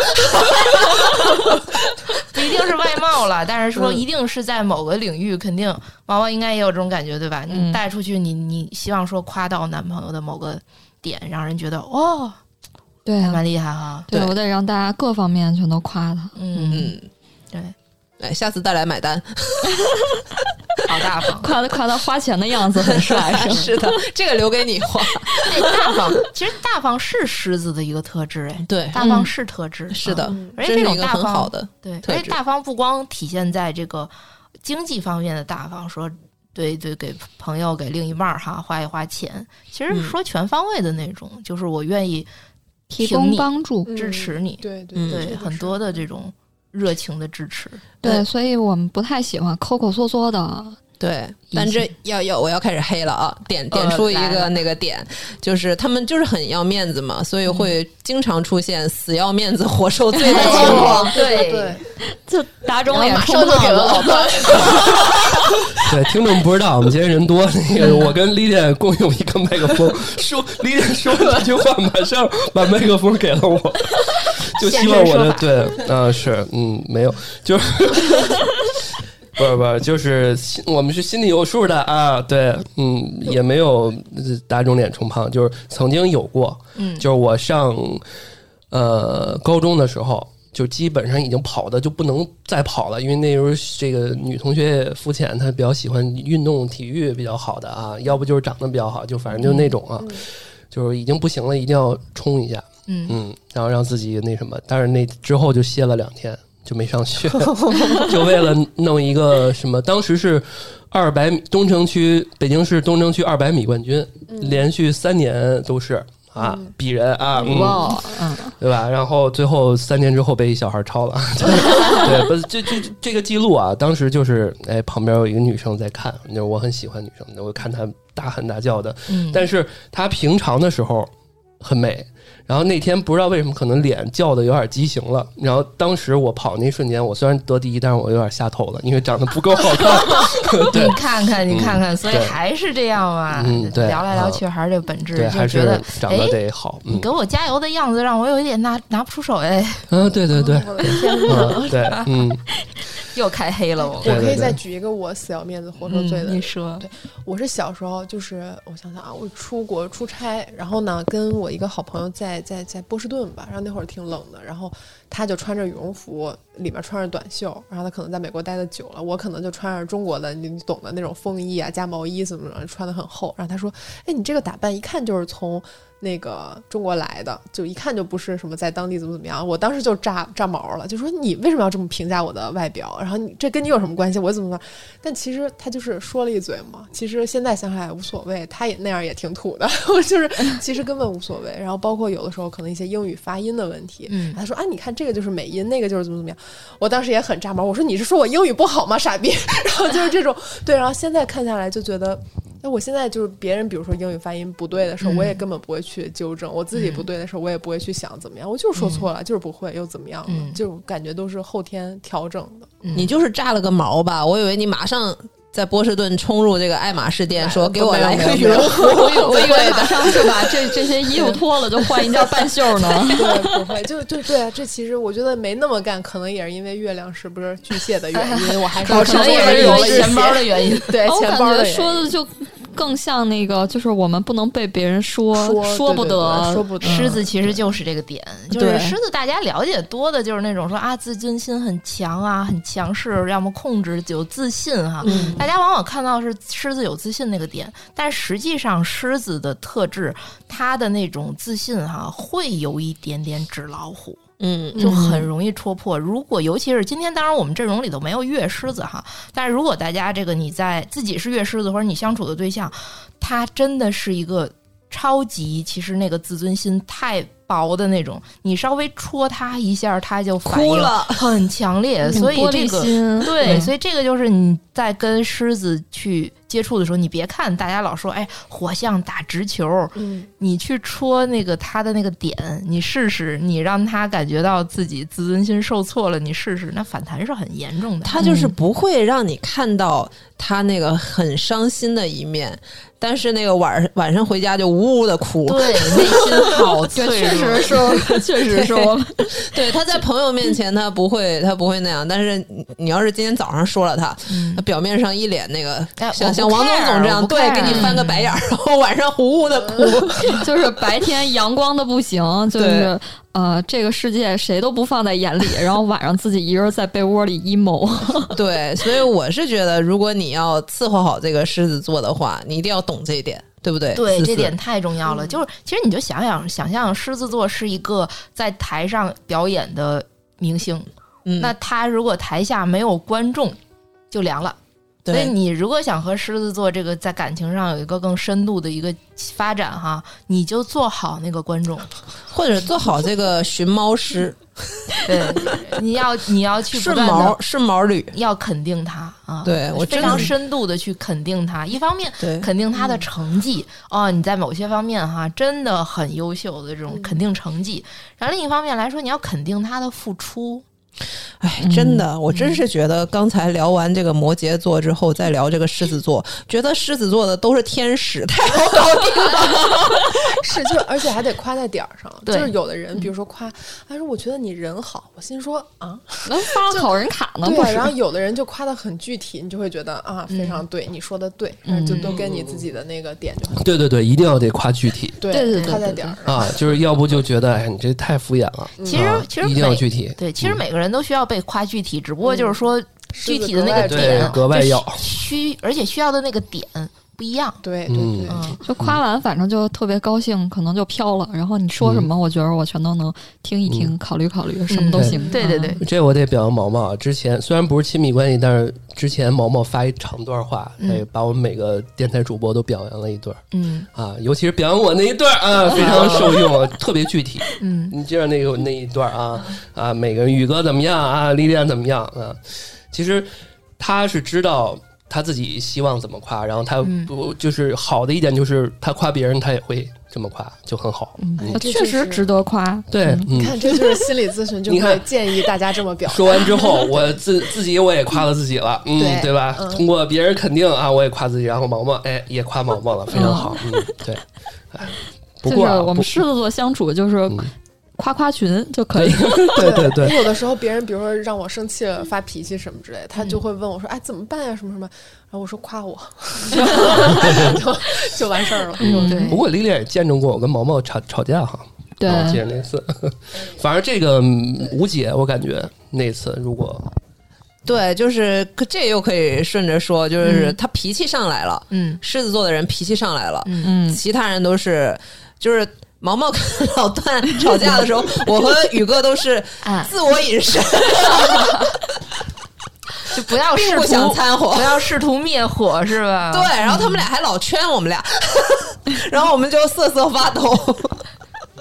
S2: *laughs* 不一定是外貌了，但是
S5: 嗯
S2: 说一定是在某个领域，肯定毛毛应该也有这种感觉，对吧？
S5: 嗯
S2: 你带出去，你你希望说夸到男朋友的某个点，让人觉得哦，
S4: 对
S5: 嗯
S2: 还
S4: 啊，
S2: 蛮厉害哈。
S4: 对
S5: 对
S4: 我得让大家各方面全都夸他。
S2: 嗯，
S5: 嗯，
S2: 对，
S5: 哎，下次再来买单，
S2: 好大方，
S4: 夸他夸他花钱的样
S5: *laughs*
S4: 子很帅，是吧？
S5: 是的，这个留给你花，
S2: 对，大方。其实大方是狮子的一个特质，哎，
S5: 对
S2: 大方是特质，
S5: 嗯是的
S2: 啊，而
S5: 这
S2: 且这
S5: 是一
S2: 种
S5: 个
S2: 大
S5: 很好
S2: 方，
S5: 的，
S2: 对，
S5: 特
S2: 而且
S5: 质
S2: 大方不光体现在这个经济方面的大方，说对对，给朋友给另一半儿哈花一花钱，其实
S5: 嗯
S2: 说全方位的那种，就是我愿意
S4: 提
S2: 挺
S4: 供
S2: 你
S4: 帮助，
S6: 嗯
S2: 支持你，
S6: 对对
S5: 嗯
S2: 对很多的这种热情的支持，
S4: 对，所以我们不太喜欢抠抠缩缩的。
S5: 对，但这要要我要开始黑了啊！点点
S2: 呃
S5: 出一
S2: 来
S5: 个
S2: 了
S5: 那个点，就是他们就是很要面子嘛，所以会经常出现死要面子活受罪的情
S2: *laughs*
S5: 况。
S2: 哦对
S6: 哦对，
S4: 就打肿脸
S5: 然后
S4: 充
S5: 马上就
S4: 胖
S5: 给了
S4: 子，
S3: *laughs* 对，听众不知道，我们今天人多，那个我跟李典共用一个麦克风，说李典说了这句话，马上把麦克风给了我，就希望我的对，嗯、是，嗯，没有，就是。不是不是，就是心我们是心里有数的啊，对，嗯，也没有呃打肿脸充胖，就是曾经有过，
S2: 嗯
S3: 就是我上呃高中的时候，就基本上已经跑的就不能再跑了，因为那时候这个女同学也肤浅，她比较喜欢运动体育比较好的啊，要不就是长得比较好，就反正就那种啊，就是已经不行了，一定要冲一下，
S2: 嗯，
S3: 嗯，然后让自己那什么，但是那之后就歇了两天，就没上学， *laughs* 就为了弄一个什么，当时是二百米东城区，北京市东城区二百米冠军，连续三年都是啊，鄙人啊，嗯、
S4: 哇哦，嗯，
S3: 对吧？然后最后三年之后被一小孩
S2: *laughs*
S3: 超了，对，不是这这这个记录啊，当时就是哎，旁边有一个女生在看，就是我很喜欢女生，我看她大喊大叫的，
S2: 嗯
S3: 但是她平常的时候很美。然后那天不知道为什么，可能脸叫的有点畸形了。然后当时我跑那一瞬间，我虽然得第一，但是我有点下头了，因为长得不够好
S2: *laughs*
S3: 看。对嗯
S2: 你，看看，你看看，所以
S3: 对
S2: 还是这样嘛。
S3: 嗯对
S2: 聊来聊去还是这本质，
S3: 对，还
S2: 就
S3: 嗯
S2: 是觉得哎
S3: 长得得好。
S2: 你
S3: 嗯，
S2: 给我加油的样子，让我有一点拿拿不出手哎，
S3: 啊，对
S2: *laughs*
S3: 对对，
S6: 我的天哪！
S3: 嗯，对，嗯，
S2: 又开黑了我。
S3: 对
S6: 我可
S3: 对
S6: 以再
S3: 对，
S6: 举一个我死要面子活受
S2: 嗯
S6: 罪的
S2: 你说，
S6: 我是小时候，就是我想想啊，我出国出差，然后呢，跟我一个好朋友在在在波士顿吧，然后那会儿挺冷的，然后他就穿着羽绒服，里面穿着短袖，然后他可能在美国待的久了，我可能就穿着中国的你你懂的那种风衣啊，加毛衣什么的，穿的很厚，然后他说，哎，你这个打扮一看就是从。那个中国来的，就一看就不是什么在当地怎么怎么样。我当时就炸炸毛了，就说你为什么要这么评价我的外表？然后你这跟你有什么关系？我怎么怎么样？但其实他就是说了一嘴嘛。其实现在想起来无所谓，他也那样也挺土的， *laughs* 我就是其实根本无所谓。然后包括有的时候可能一些英语发音的问题，
S2: 嗯
S6: 他说啊，你看这个就是美音，那个就是怎么怎么样。我当时也很炸毛，我说你是说我英语不好吗，傻逼？ *laughs* 然后就是这种对，然后现在看下来就觉得。那我现在就是别人，比如说英语发音不对的时候，我也根本不会去纠正；我自己不对的时候，我也不会去想怎么样。我就是说错了，就是不会，又怎么样呢？这种感觉都是后天调整的。
S5: 你就是炸了个毛吧？我以为你马上在波士顿冲入这个爱马仕店，说给我来一个羽绒服，
S4: 我以为
S5: 对
S4: 马
S5: 的。
S4: 上就把这这些衣服脱了，就换一件半袖呢。
S6: *laughs*
S4: *laughs*
S6: 对，不会，就对对啊，这其实我觉得没那么干，可能也是因为月亮是不是巨蟹的原
S4: *laughs*
S6: 因，我还是
S2: 可能也是因
S6: 有了
S2: 为
S6: 一些
S2: 钱包的原因。
S6: 对
S4: 哦我
S6: 钱
S4: 感
S6: 包
S4: 觉
S6: 的原因
S4: 说的就更像那个，就是我们不能被别人说
S6: 说对
S4: 不
S6: 对对
S4: 得，
S6: 说不得嗯
S2: 狮子其实就是这个点，就是
S4: 对
S2: 狮子，大家了解多的就是那种说啊，自尊心很强啊，很强势，要么控制有自信哈、大家往往看到是狮子有自信那个点，但实际上狮子的特质，它的那种自信哈、会有一点点纸老虎。
S5: 嗯，
S2: 就很容易戳破。如果尤其是今天，当然我们阵容里头没有月狮子哈，但是如果大家这个你在自己是月狮子，或者你相处的对象，他真的是一个超级，其实那个自尊心太。薄的那种，你稍微戳他一下，他就反应
S5: 哭了
S2: 很强烈。
S4: *laughs* 挺
S2: 所以
S4: 嗯玻
S2: 这
S4: 璃
S2: 个
S4: 心
S2: 对，
S4: 嗯
S2: 所以这个就是你在跟狮子去接触的时候，你别看大家老说，哎，火象打直球，
S6: 嗯，
S2: 你去戳那个他的那个点，你试试，你让他感觉到自己自尊心受挫了，你试试，那反弹是很严重的。
S5: 他就是不会让你看到他那个很伤心的一面，但是那个晚晚上回家就呜呜的哭。
S2: 对内心好
S4: 对，
S2: 脆
S4: 确
S2: 弱。
S4: 实是，确实是我们
S5: *laughs* 对，他在朋友面前他不会，他不会那样。但是你你要是今天早上说了他，他表面上一脸那个
S2: 嗯哎我
S5: 像
S2: 不
S5: 像王总
S2: care，
S5: 总这样，
S2: 我不
S5: 对，
S2: care 嗯
S5: 给你翻个白眼儿，然后晚上呜呜的哭。
S4: 就是白天阳光的不行，就是呃，这个世界谁都不放在眼里，然后晚上自己一个人在被窝里 emo。
S5: *laughs*
S4: *laughs*
S5: 对，所以我是觉得，如果你要伺候好这个狮子座的话，你一定要懂这一点，对不对？
S2: 对，
S5: 思思
S2: 这点太重要了。就是，其实你就想想，想象狮子座是一个在台上表演的明星，
S5: 嗯，
S2: 那他如果台下没有观众，就凉了。所以
S5: 对
S2: 你如果想和狮子座这个在感情上有一个更深度的一个发展哈，你就做好那个观众。
S5: 或者做好这个寻猫师，
S2: 对，你要你要嗯去不
S5: 顺
S2: 断的
S5: 毛顺毛驴。
S2: 要肯定他啊，
S5: 对我
S2: 非
S5: 真
S2: 常
S5: 的
S2: 深度的去肯定他。一方面
S5: 对嗯
S2: 肯定他的成绩，哦，你在某些方面哈真的很优秀的这种肯定成绩，然后另一方面来说，你要肯定他的付出。
S5: 哎，真的，
S2: 嗯
S5: 我真是觉得刚才聊完这个摩羯座之后，再聊这个狮子座，觉得狮子座的都是天使，太好搞定了。
S6: *laughs* 是，就是而且还得夸在点儿上。就
S2: 对
S6: 是有的人，
S4: 嗯
S6: 比如说夸，他说我觉得你人好，我心说啊，
S4: 能发考人卡呢？
S6: 对
S4: 不
S6: 啊，
S4: 是嗯
S6: 然，后有的人就夸的很具体，你就会觉得啊，非常对，你说的对，然后就都跟你自己的那个点就很
S3: 嗯对对对，一定要得夸具体
S6: 对
S4: 对对对
S6: 夸在
S4: 对
S6: 点儿上。
S3: 啊，就是要不就觉得哎，你这太敷衍了。
S2: 其实
S3: 啊
S2: 其实
S3: 一定要
S2: 每
S3: 具体嗯
S2: 对，其实每个人都需要被夸具体，只不过
S5: 嗯
S2: 就是说具体的那个
S6: 狮子格
S3: 外
S2: 点
S3: 重格外
S2: 就需
S3: 要
S2: 需，而且需要的那个点不一样。
S6: 对对对，
S2: 嗯，
S4: 就夸完，反正就特别高兴，可能就飘了。然后你说什么，我觉得我全都能听一听，考虑考虑，什么都行。
S2: 对对对，
S3: 这我得表扬毛毛啊！之前虽然不是亲密关系，但是之前毛毛发一长段话，哎，把我们每个电台主播都表扬了一段儿
S2: 嗯
S3: 啊，尤其是表扬我那一段儿啊，非常受用，特别具体。
S2: *laughs* 嗯，
S3: 你记着那个那一段儿啊啊，每个人宇哥怎么样啊，丽丽怎么样啊？其实他是知道他自己希望怎么夸，然后他
S2: 嗯
S3: 不就是好的一点就是他夸别人，他也会这么夸，就很好。
S4: 啊
S6: 这
S4: 确
S6: 就
S4: 实
S6: 是
S4: 值得夸。
S3: 对，嗯
S6: 你看这就是心理咨询就
S3: 你
S6: 会
S3: 看
S6: 建议大家这么表达。
S3: 说完之后，我自自己我也夸了自己了，嗯，
S6: 对
S3: 对吧？通过别人肯定啊，我也夸自己，然后毛毛哎也夸毛毛了，非常好，嗯，对。哎不
S4: 就是
S3: 过啊
S4: 我们
S3: 不嗯
S4: 狮子座相处，就是夸夸群就可以。
S3: 对对对，
S6: 有的时候别人比如说让我生气了发脾气什么之类的，他
S4: 嗯
S6: 就会问我说：“哎，怎么办呀？什么什么？”然后我说：“夸
S3: *laughs*
S6: 我，就就完事儿
S4: 哎
S6: 了。”
S2: 对
S3: 不过莉莉也见证过我跟毛毛吵吵架哈，
S4: 嗯对，
S3: 啊记得那次， *laughs* 反正这个嗯无解，我感觉那次如果
S5: 对，就是可这又可以顺着说，就是他脾气上来了，
S2: 嗯
S5: 狮子座的人脾气上来了，
S2: 嗯
S4: 嗯，
S5: 其他人都是就是毛毛跟老段吵架的时候，我和宇哥都是
S2: 哎
S5: 自我隐身，
S2: 就不要试
S5: 并
S2: 图
S5: 不想掺和
S2: 不。要试图灭火是吧？
S5: 对，，然后他们俩还老圈我们俩， *laughs* 然后我们就瑟瑟发抖，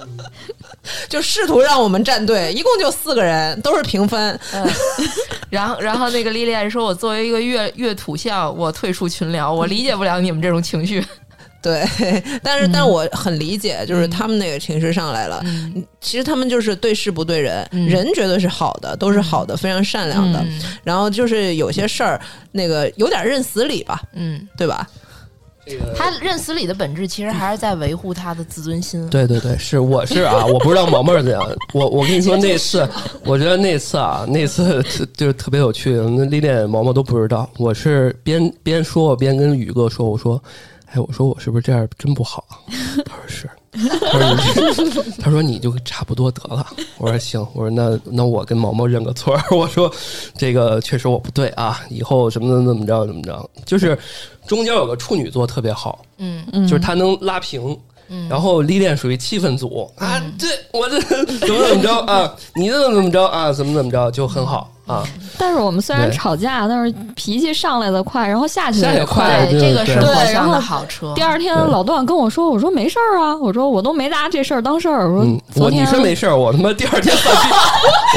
S5: *laughs* 就试图让我们站队。一共就四个人，都是平分。
S2: 嗯然后然后那个莉莉安说：“我作为一个乐乐土象，我退出群聊，我理解不了你们这种情绪。
S5: *laughs* 对，但是
S6: 嗯
S5: 但我很理解，就是他们那个情绪上来了，嗯其实他们就是对事不对人，
S6: 嗯
S5: 人绝对是好的，都是好的，非常善良的。然后就是有些事儿，那个有点认死理吧，”
S2: 嗯，
S5: 对吧？
S2: 他认死理的本质其实还是在维护他的自尊心。
S3: 对对对，是我是啊，我不知道毛毛是怎样。我我跟你说那次，我觉得那次啊，那次特就是特别有趣。那历练毛毛都不知道，我是边边说我边跟宇哥说，我说，哎，我说我是不是这样真不好啊？他说是，他说你，他说你就差不多得了。我说行，我说那那我跟毛毛认个错儿。 *laughs* 我说这个确实我不对啊，以后什么怎么着怎么着，就是中间有个处女座特别好，
S2: 嗯，
S3: 就是他能拉平。
S4: 嗯
S3: 然后历练属于气氛组啊，这我这怎么怎么着啊，你这怎么怎么着啊，怎么怎么着就很好啊，
S4: 但是我们虽然
S3: 对
S4: 吵架，但是脾气上来的快，然后下去
S3: 下
S4: 的
S3: 也
S4: 也
S3: 快对
S2: 这个
S3: 对
S2: 是
S4: 对
S2: 火
S4: 然
S2: 象
S4: 后
S2: 的好车。
S4: 第二天
S3: 对
S4: 老段跟我说，我说没事儿啊，我说我都没拿这事儿当事儿，我
S3: 嗯
S4: 说，
S3: 我
S4: 昨
S3: 你
S4: 天
S3: 说没事儿，我他妈第二
S4: *laughs*
S3: 天犯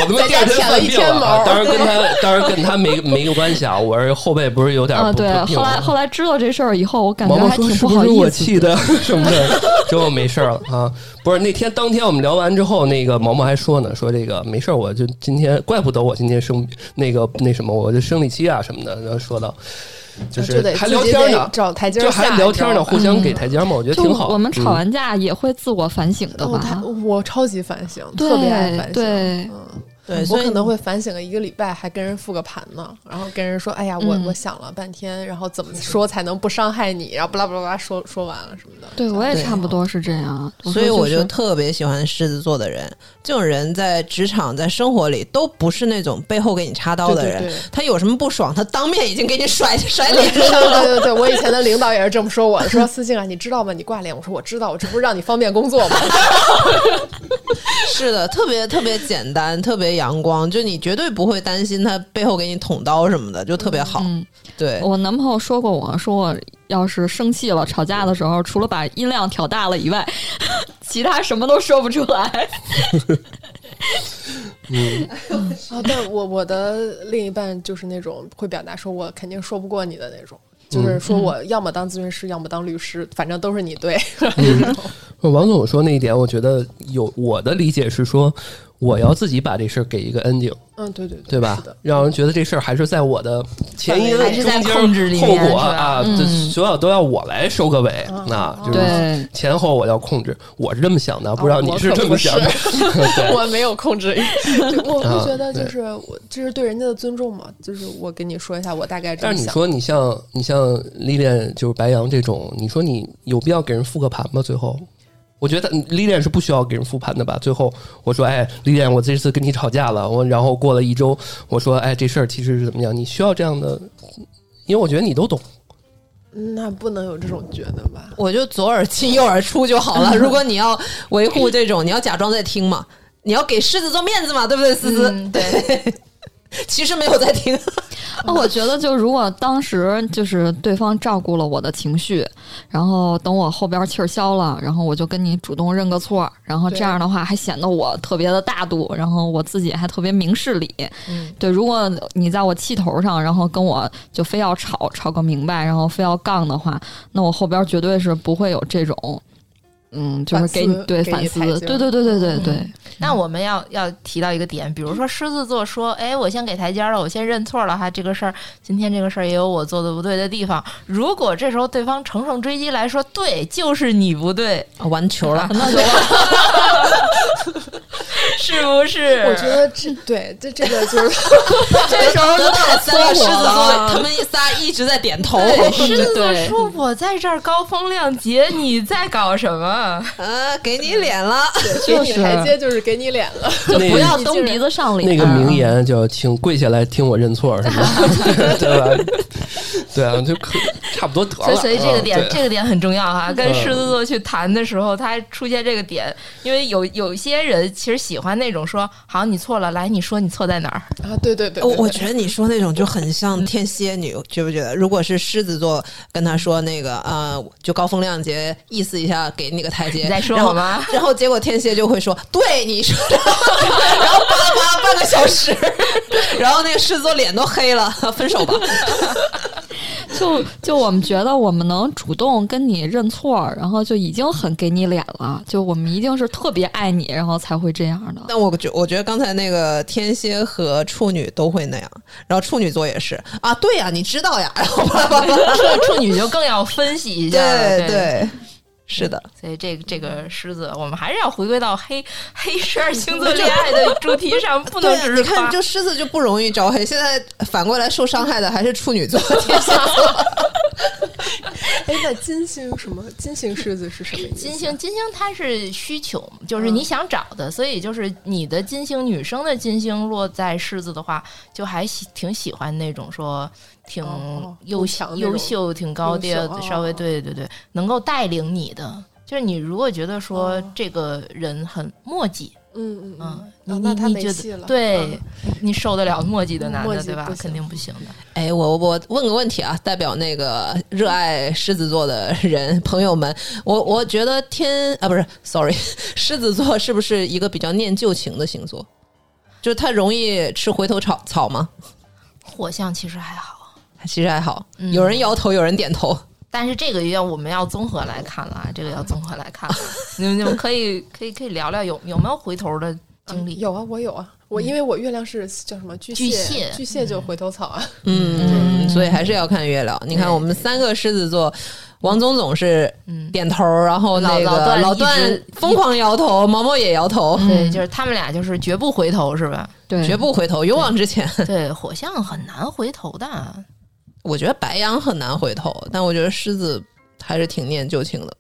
S3: 病，我他妈第二天犯病了啊，当然跟他当然跟他没没有关系啊，我是后背不是有点
S4: 啊，
S3: 不
S4: 对，
S3: 不病
S4: 后来
S3: 了。
S4: 后来知道这事儿以后，我感
S3: 毛
S4: 觉
S3: 毛
S4: 还
S3: 说：“
S4: 挺
S3: 是不
S4: 好
S3: 是我
S4: 意思
S3: 气的 *laughs* 什么的？”结果没事儿了啊，不是那天当天我们聊完之后，那个毛毛还说呢，说这个没事儿，我就今天怪不得我今天生那个那什么，我就生理期啊什么的，然后说到就是
S6: 啊就得
S3: 还
S6: 自己
S3: 聊天
S6: 得
S3: 呢，
S6: 找台阶
S3: 就还
S6: 下
S3: 聊
S6: 你知
S3: 天
S6: 道嗯
S3: 呢，
S6: 吧
S3: 互相给台阶嘛，我觉得
S4: 就
S3: 挺好。
S4: 我们吵
S3: 嗯
S4: 完架也会自我反省的
S6: 我
S4: 吧？
S6: 哦他我超级反省，
S4: 对
S6: 特别爱反省。
S4: 对
S6: 嗯，
S5: 对，
S6: 我
S5: 所以
S6: 可能会反省个一个礼拜，还跟人复个盘呢，然后跟人说：“哎呀，我、
S4: 嗯
S6: 我想了半天，然后怎么说才能不伤害你？”然后巴拉巴拉巴拉说说完了什么的。
S4: 对，我也
S5: 对
S4: 差不多是这样。
S5: 所以我
S4: 就
S5: 就是特别喜欢狮子座的人，这种人在职场、在生活里都不是那种背后给你插刀的人，
S6: 对对对
S5: 他有什么不爽，他当面已经给你甩甩
S6: 对 *laughs*
S5: 脸
S6: 对对对对，我以前的领导也是这么说我的，说思静啊，你知道吗？你挂脸，我说我知道，我这不是让你方便工作 *laughs* 吗？
S5: 是的，特别特别简单，特别阳光，就你绝对不会担心他背后给你捅刀什么的，就特别好。
S4: 嗯，
S5: 对，
S4: 我男朋友说过我，说我要是生气了、吵架的时候，除了把音量调大了以外， *laughs* 其他什么都说不出来。
S6: 啊，但我我的另一半就是那种会表达说我肯定说不过你的那种，就是说我要么当咨询师，要么当律师，反正都是你对。
S3: 嗯王总说那一点，我觉得有我的理解是说，我要自己把这事儿给一个 ending，
S6: *laughs* 嗯，对对
S3: 对吧
S6: 是的？，
S3: 让人觉得这事儿还是在我的前因、
S2: 还是在
S3: 中间、
S2: 控制里面
S3: 后果
S2: 是吧
S3: 啊，这所有都要我来收个尾啊，就是
S4: 对，
S3: 前后我要控制，我是这么想的，不知道你
S6: 我
S3: 是
S6: 可
S3: 这
S6: 不
S3: 么想的。 *laughs* 对，
S6: 我没有控制欲，就我
S3: 啊
S6: 会觉得就是我这是对人家的尊重嘛，就是我跟你说一下，我大概这
S3: 但
S6: 么
S3: 是你
S6: 想。
S3: 嗯说你像你像历练就是白羊这种，你说你有必要给人复个盘吗？最后，我觉得历练是不需要给人复盘的吧。最后我说，哎，历练，我这次跟你吵架了，我然后过了一周，我说，哎，这事儿其实是怎么样？你需要这样的，因为我觉得你都懂。
S6: 嗯那不能有这种觉得吧？
S5: 我就左耳进右耳出就好了。如果你要维护这种，你要假装在听嘛，你要给狮子座面子嘛，对不对，思思？
S2: 嗯，对，
S5: *laughs* 其实没有在听，
S4: *laughs* 那哦我觉得就如果当时就是对方照顾了我的情绪，然后等我后边气儿消了，然后我就跟你主动认个错，然后
S6: 对
S4: 这样的话还显得我特别的大度，然后我自己还特别明事理。
S2: 嗯
S4: 对，如果你在我气头上，然后跟我就非要吵吵个明白，然后非要杠的话，那我后边绝对是不会有这种。嗯，就是给你
S6: 反思
S4: 对
S6: 给你
S4: 反思
S6: 台阶，
S4: 对对对对对
S6: 嗯
S4: 对，
S2: 那我们要要提到一个点，比如说狮子座说：“哎，我先给台阶了，我先认错了哈，这个事儿今天这个事儿也有我做的不对的地方。”如果这时候对方乘胜追击来说：“哦
S5: *laughs*
S2: *laughs* 对，就是你不对。
S5: 完球了。
S4: 那就
S2: *laughs* 是不是？
S6: 我觉得这对这这个就是
S5: 这时候
S4: 得到了
S5: 三个狮
S4: 说
S5: 子
S4: 我
S5: 座，
S4: 啊
S5: 他们仨一直在点头。
S2: 哦
S5: *laughs*
S2: 对狮子座
S4: 对
S2: 说：“我在这儿高风亮节，你在搞什么？
S5: 啊，给你脸了，
S6: 给你台阶就是给你脸了。
S4: 就
S3: 那
S4: 不要蹬鼻子上脸。
S3: 那个
S2: 嗯
S3: 名言叫“请跪下来听我认错”，是吧？
S2: *laughs*
S3: 对吧？对啊，就可差不多得
S2: 所以，
S3: 了。
S2: 所以这个
S3: 啊
S5: 嗯
S2: 点，
S3: 对
S2: 这个点很重要哈。跟
S3: 嗯
S2: 狮子座去谈的时候，他出现这个点，因为有有些人其实喜欢那种说：好，你错了，来，你说你错在哪儿？
S6: 啊，对对对
S5: *laughs* 我
S6: 对
S5: 我
S6: 对
S5: 觉得你说那种就很
S2: 嗯
S5: 像天蝎女，觉不觉得？如果是狮子座跟他说那个啊、呃就高风亮节，意思一下给你个台
S2: *laughs*
S5: 阶，
S2: 你在说
S5: 然后
S2: 我吗？
S5: *laughs* 然后结果天蝎就会说对你说的， *laughs* 然后叭叭半个小时， *laughs* 然后那个狮子座脸都黑了，分手吧。
S4: 就就我们觉得我们能主动跟你认错，然后就已经很给你脸了。就我们一定是特别爱你，然后才会这样的。
S5: 但我觉我觉得刚才那个天蝎和处女都会那样，然后处女座也是啊，对呀、你知道呀， *laughs* 然后叭叭叭，
S2: 处处女就更要分析一下了。
S5: 对对，是的，
S2: 所以这个这个狮子，我们还是要回归到黑黑十二星座恋爱的主题上，不能
S5: 对啊
S2: 只
S5: 你
S2: 是
S5: 看，
S2: 夸
S5: 就狮子就不容易招黑，现在反过来受伤害的还是处女座、天蝎座。
S6: 哎，那金星什么？金星狮子是什么意思？
S2: 金星，金星它是需求，就是
S6: 嗯
S2: 你想找的，所以就是你的金星，女生的金星落在狮子的话，就还喜挺喜欢那种说挺
S6: 哦哦
S2: 优
S6: 不
S2: 秀、
S6: 强那种
S2: 优秀、挺高调
S6: 优秀
S2: 的，
S6: 哦
S2: 稍微
S6: 哦
S2: 对对对，能够带领你的。就是你如果觉得说
S6: 哦
S2: 这个人很墨迹，
S6: 嗯嗯
S2: 嗯
S6: 嗯，，
S2: 你
S6: 啊
S2: 你
S6: 那他
S2: 你
S6: 没
S2: 觉
S6: 戏
S2: 得
S6: 了
S2: 对
S6: 嗯，
S2: 你受得了墨迹的男
S6: 墨
S2: 的
S6: 迹
S2: 对吧
S6: 不？行
S2: 肯定不行的。
S5: *laughs* 哎，我我问个问题啊，代表那个热爱狮子座的人朋友们，我我觉得天啊不是，sorry，狮 *laughs* 子座是不是一个比较念旧情的星座？就是他容易吃回头草草吗？
S2: 火象其实还好。
S5: 其实还好，
S2: 嗯
S5: 有人摇头，有人点头。
S2: 但是这个要我们要综合来看了啊，这个要综合来看
S3: *laughs*
S2: 了。你们你们可以可以可以聊聊有有没有回头的经历？嗯
S6: 有啊，我有啊，我因为我月亮是叫什么巨
S2: 巨蟹
S6: 蟹，巨蟹就回头草啊，
S5: 嗯，所以还是要看月亮。你看，我们三个狮子座，王总总是
S2: 嗯
S5: 点头，然后那
S2: 老老段
S5: 个
S2: 一
S5: 老段
S2: 直
S5: 疯狂摇头，毛毛也摇头，
S3: 嗯
S2: 对，就是他们俩就是绝不回头，是
S3: *laughs*
S2: 吧？
S4: 对，
S5: 绝不回头，勇往直前。
S2: 嗯
S5: *laughs*
S2: 对，火象很难回头的。
S5: 我觉得白羊很难回头，但我觉得狮子还是挺念旧情的。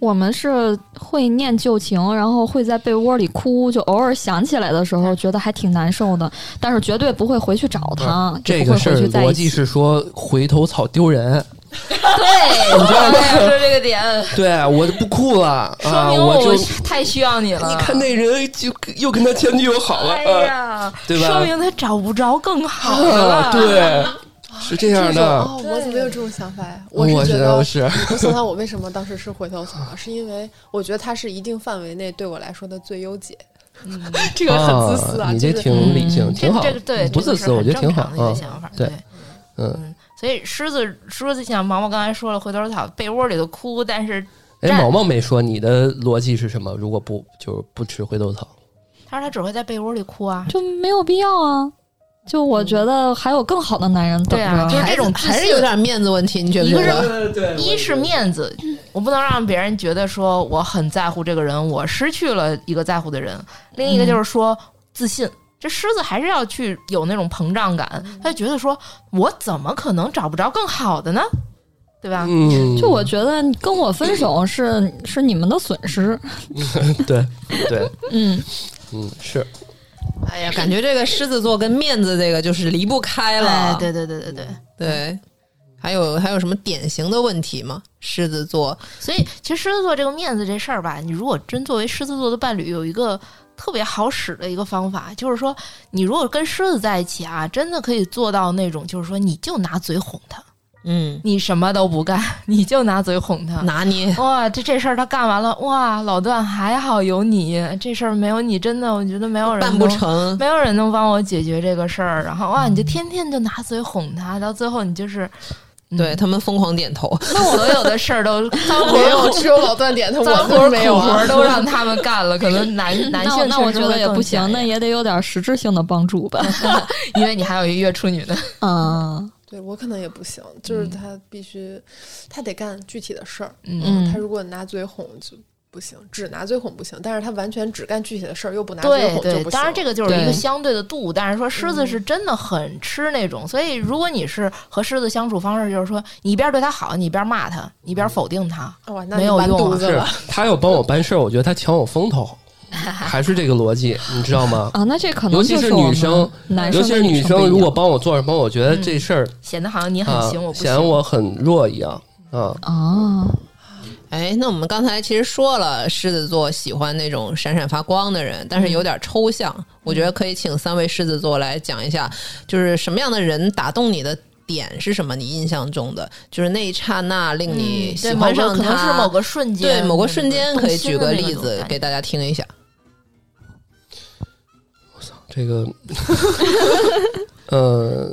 S4: 我们是会念旧情，然后会在被窝里哭，就偶尔想起来的时候觉得还挺难受的，但是绝对不会回去找他，就
S3: 嗯这
S4: 不
S3: 个
S4: 会
S3: 事儿
S4: 回去在
S3: 逻
S4: 一
S3: 辑
S4: 起。
S3: 是说回头草丢人，
S2: 对， *laughs* 我要说这个点，
S3: 对啊我就不
S2: *laughs*
S3: 酷了
S2: 说
S3: 啊！
S2: 明
S3: 我就
S2: 太需要你了。
S3: 你看那人就又跟他前女友好了，
S2: 哎
S3: 啊
S2: 呀，
S3: 对吧
S2: 说明他找不着更好的了。
S3: 啊，对，
S2: *laughs*
S3: 是这样
S6: 这种
S3: 的。嗯
S6: 哦，我怎么有这种想法呀？
S3: 我
S6: 是觉
S3: 觉
S6: 得
S3: 得是，
S6: 我想想我为什么当时是回头草
S3: *laughs*
S6: 啊，是因为我觉得它是一定范围内对我来说的最优解。 *laughs* 这个很自私啊，
S3: 哦你
S6: 就
S3: 这
S6: 是
S3: 挺理性，
S2: 嗯
S3: 挺好，
S2: 这个这个对，
S3: 不自
S2: 这个
S3: 私，
S2: 是
S3: 我觉得
S2: 很
S3: 挺好
S2: 正常的一个。
S3: 啊
S2: 想法，
S3: 对
S2: 对。
S3: 嗯，
S2: 所以狮子狮子像毛毛刚才说了，回头草被窝里头哭，但是
S3: 哎，
S2: 站
S3: 毛毛没说你的逻辑是什么？如果不就是不吃回头草，
S2: 他说他只会在被窝里哭啊。
S4: 就没有必要啊！就我觉得还有更好的男人等
S2: 对啊
S4: 着。
S2: 就是这种自信
S5: 还是有点面子问题，你觉不觉
S2: 一个
S5: 得？
S2: 一是面子，我不能让别人觉得说我很在乎这个人，我失去了一个在乎的人；另一个就是说自信。这狮子还是要去有那种膨胀感，他就觉得说我怎么可能找不着更好的呢？对吧？
S3: 嗯，
S4: 啊就我觉得你跟我分手是是你们的损失，
S3: 对对，
S4: *laughs* 嗯，
S3: 嗯，是
S5: 哎呀，感觉这个狮子座跟面子这个就是离不开了。嗯
S2: 哎，对对对对对。
S5: 对还有还有什么典型的问题吗？狮子座
S2: 所以，其实狮子座这个面子这事儿吧，你如果真作为狮子座的伴侣，有一个特别好使的一个方法，就是说，你如果跟狮子在一起啊，真的可以做到那种，就是说，你就拿嘴哄他，
S5: 嗯，
S2: 你什么都不干，你就拿嘴哄他。
S5: 拿捏。
S2: 哇，这这事儿他干完了，哇，老段还好有你，这事儿没有你，真的，我觉得没有人
S5: 办不
S2: 能
S5: 成，
S2: 没有人能帮我解决这个事儿。然后哇，你就天天就拿嘴哄他，到最后你就是。嗯
S5: 对他们疯狂点头，
S2: 所有的事儿都脏活
S6: *laughs* 没
S2: 儿
S6: 有，只有老段点头，
S2: 脏
S6: 我
S2: 活
S6: 都
S2: 儿
S6: 没有
S2: 苦活
S6: 啊
S2: 儿。都让他们干了，可能男男
S4: 那
S2: 性
S4: 我那我
S2: 确实
S4: 觉得
S2: 会
S4: 也
S2: 更
S4: 不行，
S2: 强
S4: 那也得有点实质性的帮助
S2: *laughs*
S4: 吧。
S2: 因为你还有一月处女呢。
S4: 嗯，
S6: 对我可能也不行，就是他必须，他得干具体的事儿。
S2: 嗯
S4: 嗯
S6: 他如果拿嘴哄，就不行，只拿最哄不行，但是他完全只干具体的事儿，又不拿最
S2: 对
S6: 哄就
S2: 对
S6: 不，行。
S2: 当然这个就是一个
S4: 对
S2: 相对的度，但是说狮子是
S5: 嗯
S2: 真的很吃那种，所以如果你是和狮子相处方式，就是说你一边对它好，你一边骂它，你一
S5: 嗯
S2: 边否定它，
S6: 个哇，那
S2: 没
S6: 你
S2: 有
S6: 完
S2: 用
S6: 犊
S2: 啊
S6: 子了。
S3: 他要帮我办事儿，我觉得他抢我
S4: *laughs*
S3: 风头，还是这个逻辑，你知道吗？
S4: 啊，那这可能
S3: 尤其
S4: 就是是我
S3: 女
S4: 们
S3: 生，
S4: *laughs* 男
S3: 尤
S4: 生
S3: 其
S4: 跟
S3: 是女
S4: 生不一
S3: 生，
S4: 样嗯
S3: 如果帮我做什么，我觉得这
S4: *laughs*
S3: 事儿
S2: 显得好像你很
S3: 啊
S2: 行，我，不
S3: 显得
S2: 行。
S3: 我很弱一样啊。
S4: 啊，
S5: 哎，那我们刚才其实说了，狮子座喜欢那种闪闪发光的人，
S2: 嗯
S5: 但是有点抽象。我觉得可以请三位狮子座来讲一下，就是什么样的人打动你的点是什么？你印象中的，就是那一刹那令你
S2: 嗯，
S5: 喜
S2: 对，某
S5: 欢
S2: 个
S5: 上
S2: 可
S5: 他，
S2: 能是某个瞬间，嗯
S5: 对某个瞬间，可以举个例
S2: 动心的那
S5: 子
S2: 种
S5: 给大家听一下。
S3: 这个， *laughs* 呃，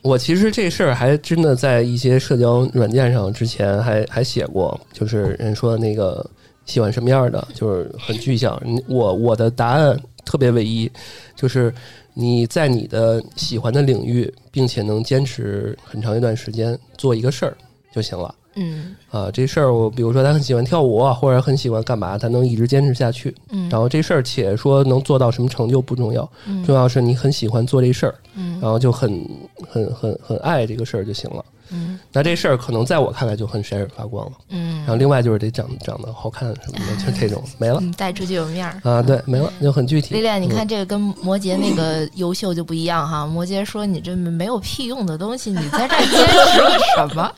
S3: 我其实这事儿还真的在一些社交软件上之前还还写过，就是人说那个喜欢什么样的，就是很具象。你我我的答案特别唯一，就是你在你的喜欢的领域，并且能坚持很长一段时间做一个事儿就行了。
S2: 嗯
S3: 啊，这事儿我比如说他很喜欢跳舞啊，或者很喜欢干嘛，他能一直坚持下去。
S2: 嗯，
S3: 然后这事儿且说能做到什么成就不重要，
S2: 嗯
S3: 重要是你很喜欢做这事儿，
S2: 嗯
S3: 然后就很很很很爱这个事儿就行了。
S2: 嗯
S3: 那这事儿可能在我看来就很闪闪发光了。然后
S2: 嗯
S3: 另外就是得长长得好看什么
S2: *laughs*
S3: 的，就这种没了
S2: 嗯，带出去有面儿。
S3: 啊，对，没了，就很具体。
S2: 丽丽，你
S3: 嗯
S2: 看这个跟摩羯
S5: 嗯
S2: 那个优秀就不一样哈。摩羯说你这没有屁用的东西，你在这儿坚持个什么？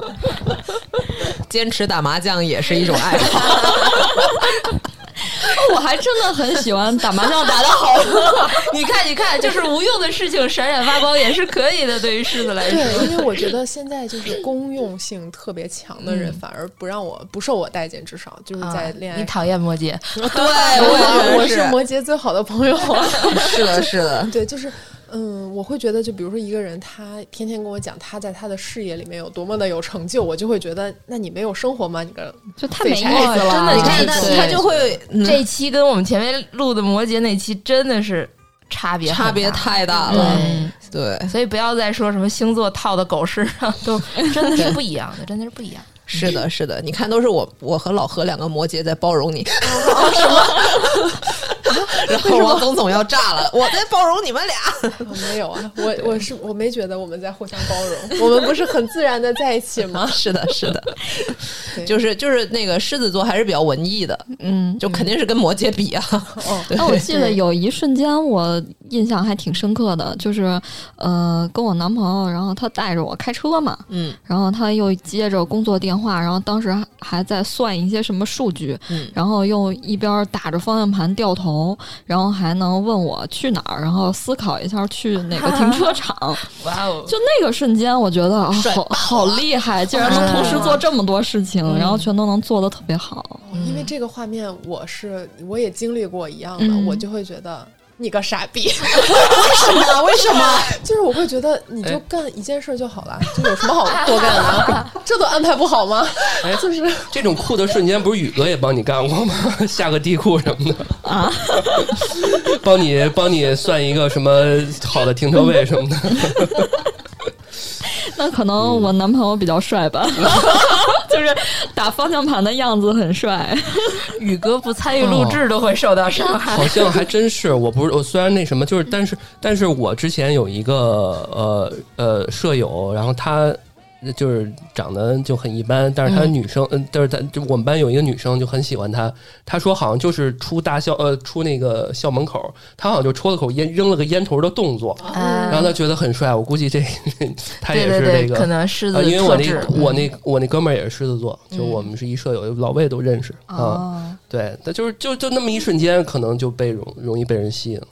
S5: 坚持打麻将也是一种爱好。
S2: *laughs*
S4: 我还真的很喜欢打麻将，打得好。
S2: *laughs* 你看，你看，就是无用的事情闪闪发光也是可以的，对于狮子来说。
S6: 对，因为我觉得现在就是公用性特别强的人，反而不让我不受我待见之上，就是在恋
S2: 嗯啊、你
S6: 爱。
S2: 讨厌摩羯，
S5: 对，我
S6: 我
S5: 也觉
S6: 是
S5: 得
S6: 摩羯最好的朋友。
S5: 是的，是的，
S6: *laughs* 对，就是，嗯，我会觉得，就比如说一个人，他天天跟我讲他在他的事业里面有多么的有成就，我就会觉得，那你没有生活吗？你个
S4: *laughs* 就太没意思 *laughs*
S6: 废柴
S2: 真的
S4: 了，
S5: 你
S2: 这
S5: 看
S2: 一
S5: 他
S2: 期
S5: 他就会嗯
S2: 这一期跟我们前面录的摩羯那期真的是差别很
S5: 差别
S2: 大。嗯
S5: 太大了。
S2: 对，
S5: 对，
S2: 所以不要再说什么星座套到狗身上，都真的是不一样的，真的是不一样。
S5: 是
S6: 嗯
S5: 的，是的，你看，都是我，我和老何两个摩羯在包容你，什
S6: 哦 *laughs*
S5: *laughs* 么？然后王总总要炸了，我在包容你
S6: *laughs*
S5: 们俩。
S6: 我没有啊， *laughs* 我我是我没觉得我们在互相包容，我们不是很自然的在一起吗？
S5: 是的，是的，
S6: 对
S5: 就是就是那个狮子座还是比较文艺的，
S4: 嗯。
S5: 就肯定是跟摩羯比啊。
S6: 哦
S5: 对
S4: 那我记得有一瞬间，我印象还挺深刻的，就是，呃，跟我男朋友，然后他带着我开车嘛，
S5: 嗯
S4: 然后他又接着工作电话，然后当时还还在算一些什么数据，
S5: 嗯
S4: 然后又一边打着方向盘掉头，然后还能问我去哪儿，然后思考一下去哪个停车
S5: *laughs*
S4: 场。
S2: 哇哦！
S4: 就那个瞬间，我觉得啊，
S5: 帅嗯
S4: 好好厉害，竟然能同时做这么多事情，然后全都能做得特别好。
S6: *laughs* 因为这个画面，我是我也经历过一样的，
S4: 嗯
S6: 我就会觉得你个傻 *laughs* 逼，为什么？为什么？ *laughs* 就是我会觉得你就干一件事儿就好了，就有什么好多干的 *laughs* 啊？这都安排不好吗？哎 *laughs* 就是
S3: 这种酷的瞬间，不是宇哥也帮你干过吗？ *laughs* 下个地库什么的
S4: 啊，
S3: *laughs* 帮你帮你算一个什么好的停车位什么的。
S4: 那可
S5: 嗯
S4: 能我男朋友比较帅
S5: *laughs*
S4: 吧，就是打方向盘的样子很帅。
S2: 宇哥不参与录制都会受到伤害。
S3: 好像还真是，我不是 *laughs* 我虽然那什么，就是但是但是我之前有一个呃呃舍友，然后她就是长得就很一般，但是她女生，嗯、但是她就我们班有一个女生就很喜欢她，她说好像就是出大校呃出那个校门口，她好像就抽了口烟，扔了个烟头的动作，
S2: 嗯
S3: 然后她觉得很帅，我估计这 *laughs* 她也
S2: 对
S3: 是
S2: 对
S3: 这个。
S2: 对，可能狮子
S3: 啊，因为我
S2: 特质嗯
S3: 那。我那我那哥们儿也是狮子座，就我们是一舍友，老魏都认识啊。
S4: 哦，
S3: 对，他就是就就那么一瞬间，可能就被容容易被人吸引了。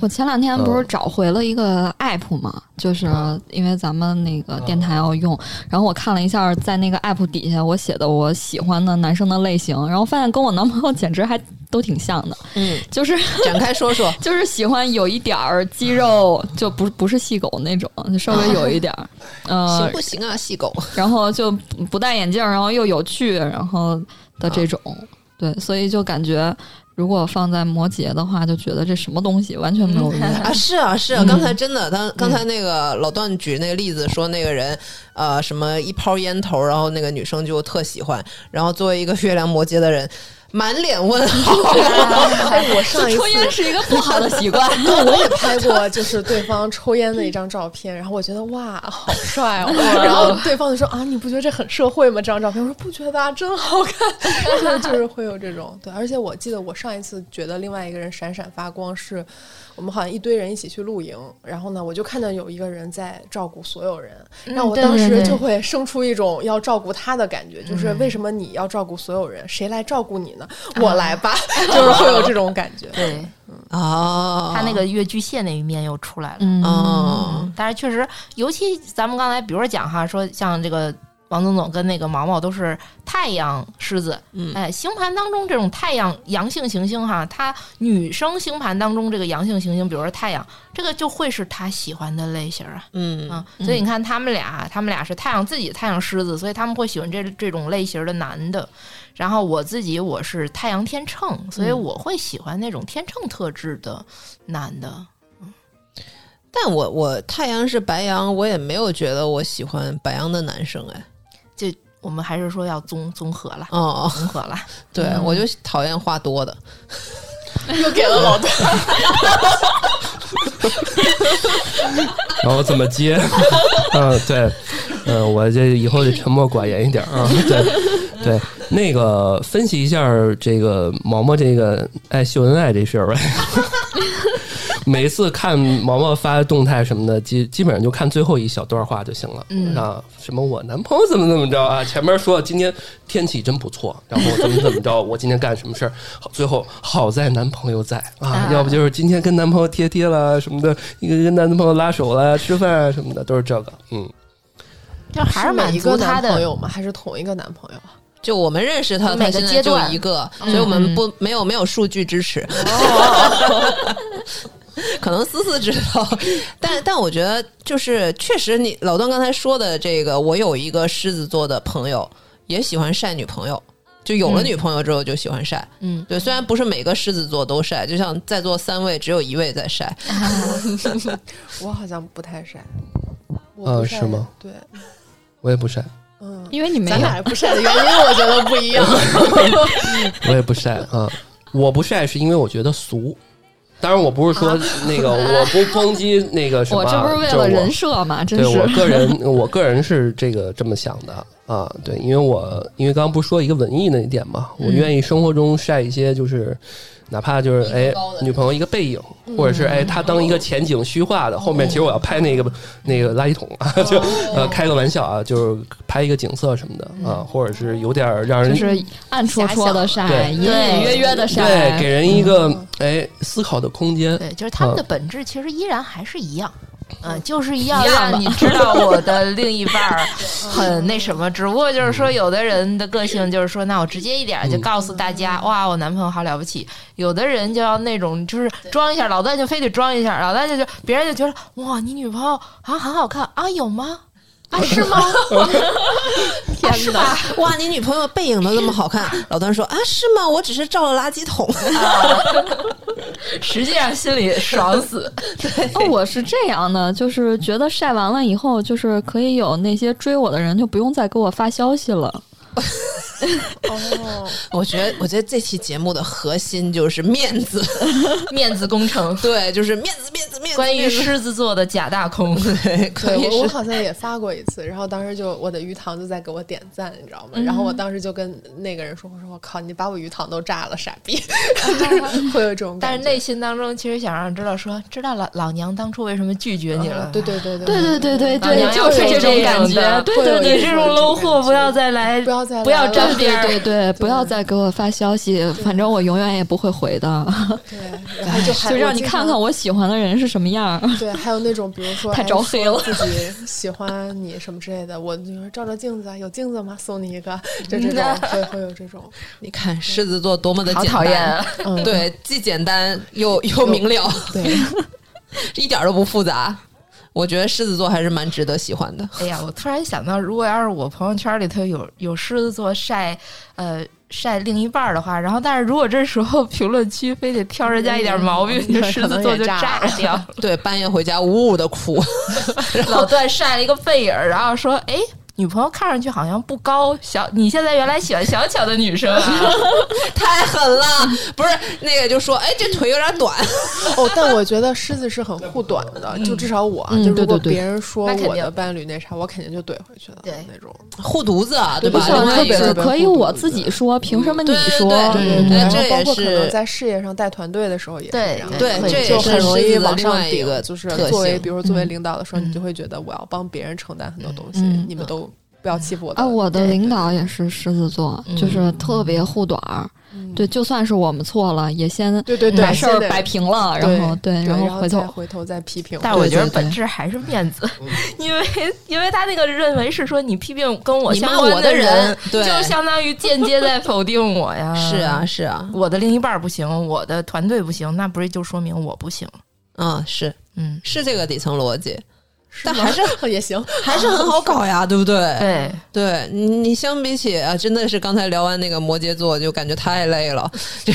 S4: 我前两天不是找回了一个 app 嘛，就是
S5: 嗯
S4: 因为咱们那个电台要用，然后我看了一下，在那个 app 底下我写的我喜欢的男生的类型，然后发现跟我男朋友简直还都挺像的，
S5: 嗯，
S4: 就是，
S5: 展开
S6: *laughs*
S5: 说说
S4: 就是喜欢有一点儿肌肉，就不不是细狗那种，就稍微有一点儿，
S5: 行
S4: 呃
S5: 不，行啊， *laughs* 细狗？
S4: 然后就不不戴眼镜，然后又有趣，然后的
S3: 啊
S4: 这种，对，所以就感觉如果放在摩羯的话，就觉得这什么东西完全没有 *laughs* 用。
S6: 哎
S5: *laughs* 啊，是啊，是
S6: 嗯
S5: 啊，刚才真的，他刚才那个老段举那个例子，说那个人，呃，什么一抛烟头，然后那个女生就特喜欢，然后作为一个月亮摩羯的人，满脸
S6: *laughs*
S5: 问号。
S6: 哎，我上一
S4: 抽烟
S6: 次。
S4: 是一个不好的习惯。
S6: 对，我也拍过，就是对方抽烟的一张照片，然后我觉得哇，好帅
S2: *laughs*
S6: 哦。然后对方就说啊，你不觉得这很社会吗？这张照片，我说不觉得啊，真好看。 *laughs* 就是就是会有这种对，而且我记得我上一次觉得另外一个人闪闪发光是，我们好像一堆人一起去露营，然后呢，我就看到有一个人在照顾所有人，然后我
S2: 嗯对
S6: 当
S2: 对
S6: 时
S2: 对嗯
S6: 就会生出一种要照顾他的感觉，就是为什么你要照顾所有人，谁来照顾你呢？
S2: 啊
S6: 我来吧， *laughs* 就是会有这种感觉。
S2: 对
S5: 哦，
S2: 他那个越剧蟹那一面又出来了。
S5: 哦，
S2: 嗯但是确实，尤其咱们刚才比如说讲哈，说像这个王总总跟那个毛毛都是太阳狮子，
S5: 嗯
S2: 哎，星盘当中这种太阳阳性行星哈，它女生星盘当中这个阳性行星，比如说太阳，这个就会是她喜欢的类型啊，
S5: 嗯
S2: 啊，所以你看他们俩，他们俩是太阳自己太阳狮子，所以他们会喜欢这这种类型的男的。然后我自己我是太阳天秤，所
S5: 嗯
S2: 以我会喜欢那种天秤特质的男的。
S5: 但我我太阳是白羊，我也没有觉得我喜欢白羊的男生哎。
S2: 就我们还是说要综综合啦，
S5: 哦，
S2: 综合啦。
S5: 对、我就讨厌话多的。
S6: 又给了老段，
S3: *laughs* 然后怎么接？ *laughs* 嗯，对，嗯，我这以后就沉默寡言一点啊。对，对，那个分析一下这个毛毛这个爱秀恩爱这事儿呗。每次看毛毛发动态什么的，基基本上就看最后一小段话就行了。
S2: 嗯
S3: 啊，什么我男朋友怎么怎么着啊，前面说今天天气真不错，然后怎么怎么着，我今天干什么事儿，好最后好在男朋友在啊
S2: 啊，
S3: 要不就是今天跟男朋友贴贴啦什么的，一个跟男朋友拉手啦、吃饭啊什么的，都是这个。嗯，
S2: *laughs* 就还是满
S6: 每一
S2: 足
S6: 个
S2: 他
S6: 男
S2: 的
S6: 朋友吗？还是同一个男朋友？
S5: 就我们认识他，他
S2: 每个
S5: 现在
S2: 阶
S5: 就
S2: 段嗯
S5: 一个，所以我们不没有没有数据支持。
S2: 哦
S5: *laughs*
S2: *laughs*
S5: 可能思思知道，但但我觉得就是确实你老段刚才说的这个，我有一个狮子座的朋友也喜欢晒女朋友，就有了女朋友之后就喜欢晒。
S2: 嗯，
S5: 对，虽然不是每个狮子座都晒，就像在座三位只有一位
S2: *laughs*
S5: 在晒，
S6: 我好像不太晒，我
S3: 啊
S2: 呃
S6: 不晒
S3: 是吗？
S6: 对，
S3: 我也不晒，
S4: *laughs*
S6: 嗯，
S4: 因为你没
S6: 咱
S4: 有
S6: 俩不晒的原因，我觉得不一
S4: *laughs*
S6: 样。
S3: 我也不晒啊，我不晒是因为我觉得俗。当然，我不是说那个，我不抨击那个什
S4: 啊 *laughs*
S3: 么
S4: 我
S3: 啊，
S4: 这不是为
S3: 就我
S4: 了人设吗？真
S3: 对我
S4: 是
S3: 个
S4: *laughs*
S3: 人，我个人是这个这么想的啊，对，因为我因为刚刚不是说一个文艺那一点嘛，我愿
S4: 嗯
S3: 意生活中晒一些就是。哪怕就是哎，女朋友一个背影，
S4: 嗯
S3: 或者是哎，她当一个前景虚化的，后面其实我要拍那个那个垃圾桶啊，
S4: 哦
S3: 就呃开个玩笑啊，就是拍一个景色什么的啊，或者是有点儿让
S4: 嗯
S3: 人
S4: 就是暗戳戳的晒，
S3: 对
S4: 隐隐约约的晒
S3: 对，给人一个哎思考的空间。
S2: 对，就是他们的
S3: 嗯
S2: 本质其实依然还是一样，嗯、就是要
S4: 一样吧
S2: 让你知道我的另一半 *laughs* 儿很那什么，只不过就是说，有的人的个性就是说，那我直接一点儿就告诉大家，哇，我男朋友好了不起；有的人就要那种就是装一下，老段就非得装一下，老段就就别人就觉得哇，你女朋友啊很好看啊，有吗？啊，是吗？ *laughs* 啊天
S5: 是吧？哇，你女朋友背影都这么好看，老段说啊，是吗？我只是照了垃圾桶。 *laughs*
S2: *laughs* 实际上心里爽 *laughs* 死。
S4: 哦，我是这样的，就是觉得晒完了以后，就是可以有那些追我的人就不用再给我发消息了。 *laughs*
S6: 哦，
S5: 我觉得，我觉得这期节目的核心就是面子，
S2: 面子工程，
S5: *laughs* 对，就是面子，面子，面子。
S2: 关于
S5: 面子
S2: 狮子座的假大空。 *laughs*
S5: 对，可
S6: 对
S5: 以
S6: 我我
S5: 是
S6: 好像也发过一次，然后当时就我的鱼塘就在给我点赞，你知道吗？然
S4: 嗯
S6: 后我当时就跟那个人说，我说我靠，你把我鱼塘都炸了，傻
S4: *laughs*
S6: 逼，就是会有这种
S2: 但
S6: 感
S2: 是
S6: 觉。
S2: 内心当中其实想让知道说，知道老老娘当初为什么拒绝你了。
S6: 对对对对
S4: 对对对对
S2: 老娘
S4: 对，
S2: 要
S4: 就是
S2: 这
S4: 种感
S2: 种的
S4: 觉。对
S6: 会
S4: 对
S6: 有一
S4: 对
S2: 你这种 low 货不要再来，
S6: 不要再来
S2: 不要
S6: 了
S2: 沾边
S4: 对
S2: 儿。
S4: 对对，不要再给我发消息，反正我永远也不会回的，
S6: 对，然后就还
S4: 就让你
S6: 经
S4: 看
S6: 常
S4: 看我喜欢的人是什么样儿。
S6: *laughs* 对，还有那种比如说
S4: 太
S6: 哎
S4: 招黑
S6: 说
S4: 了
S6: 自己喜欢你什么之类的，我就说照照镜子啊，有镜子吗？送你一个，就
S5: 嗯
S6: 这种会会有这
S4: *laughs*
S6: 种，
S5: 你看狮子座多么的
S2: 好
S5: 简单，
S2: 讨厌啊！
S6: 嗯，
S5: *laughs* 对，既简单又又明了，
S6: 对，
S5: *laughs* 一点都不复杂。我觉得狮子座还是蛮值得喜欢的。
S2: *laughs* 哎呀，我突然想到，如果要是我朋友圈里头有有狮子座晒，呃。晒另一半儿的话，然后但是如果这时候评论区非得挑人家一点毛病，嗯就狮子座就炸掉了。
S5: 对，半夜回家呜呜的哭， *laughs*
S2: *laughs* 老段晒了一个背影儿，然后说：“哎，女朋友看上去好像不高，小你现在原来喜欢小巧的女生啊，
S5: 太狠了！不是那个就说，哎，这腿有点短，
S6: 哦，但我觉得狮子是很护短的，就至少我啊，
S4: 嗯
S6: 就如
S4: 对
S6: 果
S4: 对对
S6: 别人说
S2: 那肯
S6: 我
S2: 定
S6: 的伴侣那啥，我肯定就怼回去的
S2: 对
S6: 那种。
S5: 护犊子啊，对吧？
S6: 不是
S5: 另外
S6: 特
S5: 一
S6: 别
S5: 个
S4: 是
S6: 特别
S4: 可以
S6: 孤独
S4: 我自己说，凭什么你
S5: 对
S4: 说？
S5: 对对
S4: 嗯
S5: 对
S6: 然
S5: 这
S6: 后
S5: 也
S6: 包括可能
S5: 是
S6: 在事业上带团队的时候也是
S2: 对
S6: 这样的
S5: *laughs* 对
S2: 对
S5: 这也
S6: 就是很容
S5: 狮
S6: 易
S5: 子的
S6: 往
S5: 另
S6: 上
S5: 外一
S6: 顶
S5: 个
S6: 就是
S5: 特
S6: 作为
S5: 性
S6: 比如说
S4: 嗯
S6: 作为领导的时候，你就会觉得我要帮别人承担很多东西，
S5: 嗯
S6: 你们都不要欺负我的
S4: 啊，我的领导也是狮子座，就是特别护短儿。对，就算是我们错了，也嗯先
S6: 对对对，
S4: 把事儿
S6: 现在
S4: 摆平了，然后
S6: 对，
S4: 然后回
S6: 再
S4: 头
S6: 回头再批评。 *laughs*
S2: 但我觉得
S4: 对对对
S2: 本质还是面子， *laughs* 因为因为他那个认为是说你批评跟我
S5: 你
S2: 相
S5: 骂
S2: 关
S5: 我的
S2: 人
S5: 人，对
S2: 就相当于间接在否定我呀。
S5: *laughs* 是啊，，是啊，
S2: 我的另一半不行，我的团队不行，那不是就说明我不行？
S5: 嗯，是
S2: 嗯，
S5: 是这个底层逻
S2: *laughs*
S5: 辑，但
S6: 吗
S5: 还是
S6: 也行，
S5: 还是很好搞呀，对不对？
S2: 对，
S5: 对，你你相比起啊，真的是刚才聊完那个摩羯座，就感觉太累了， *laughs* 就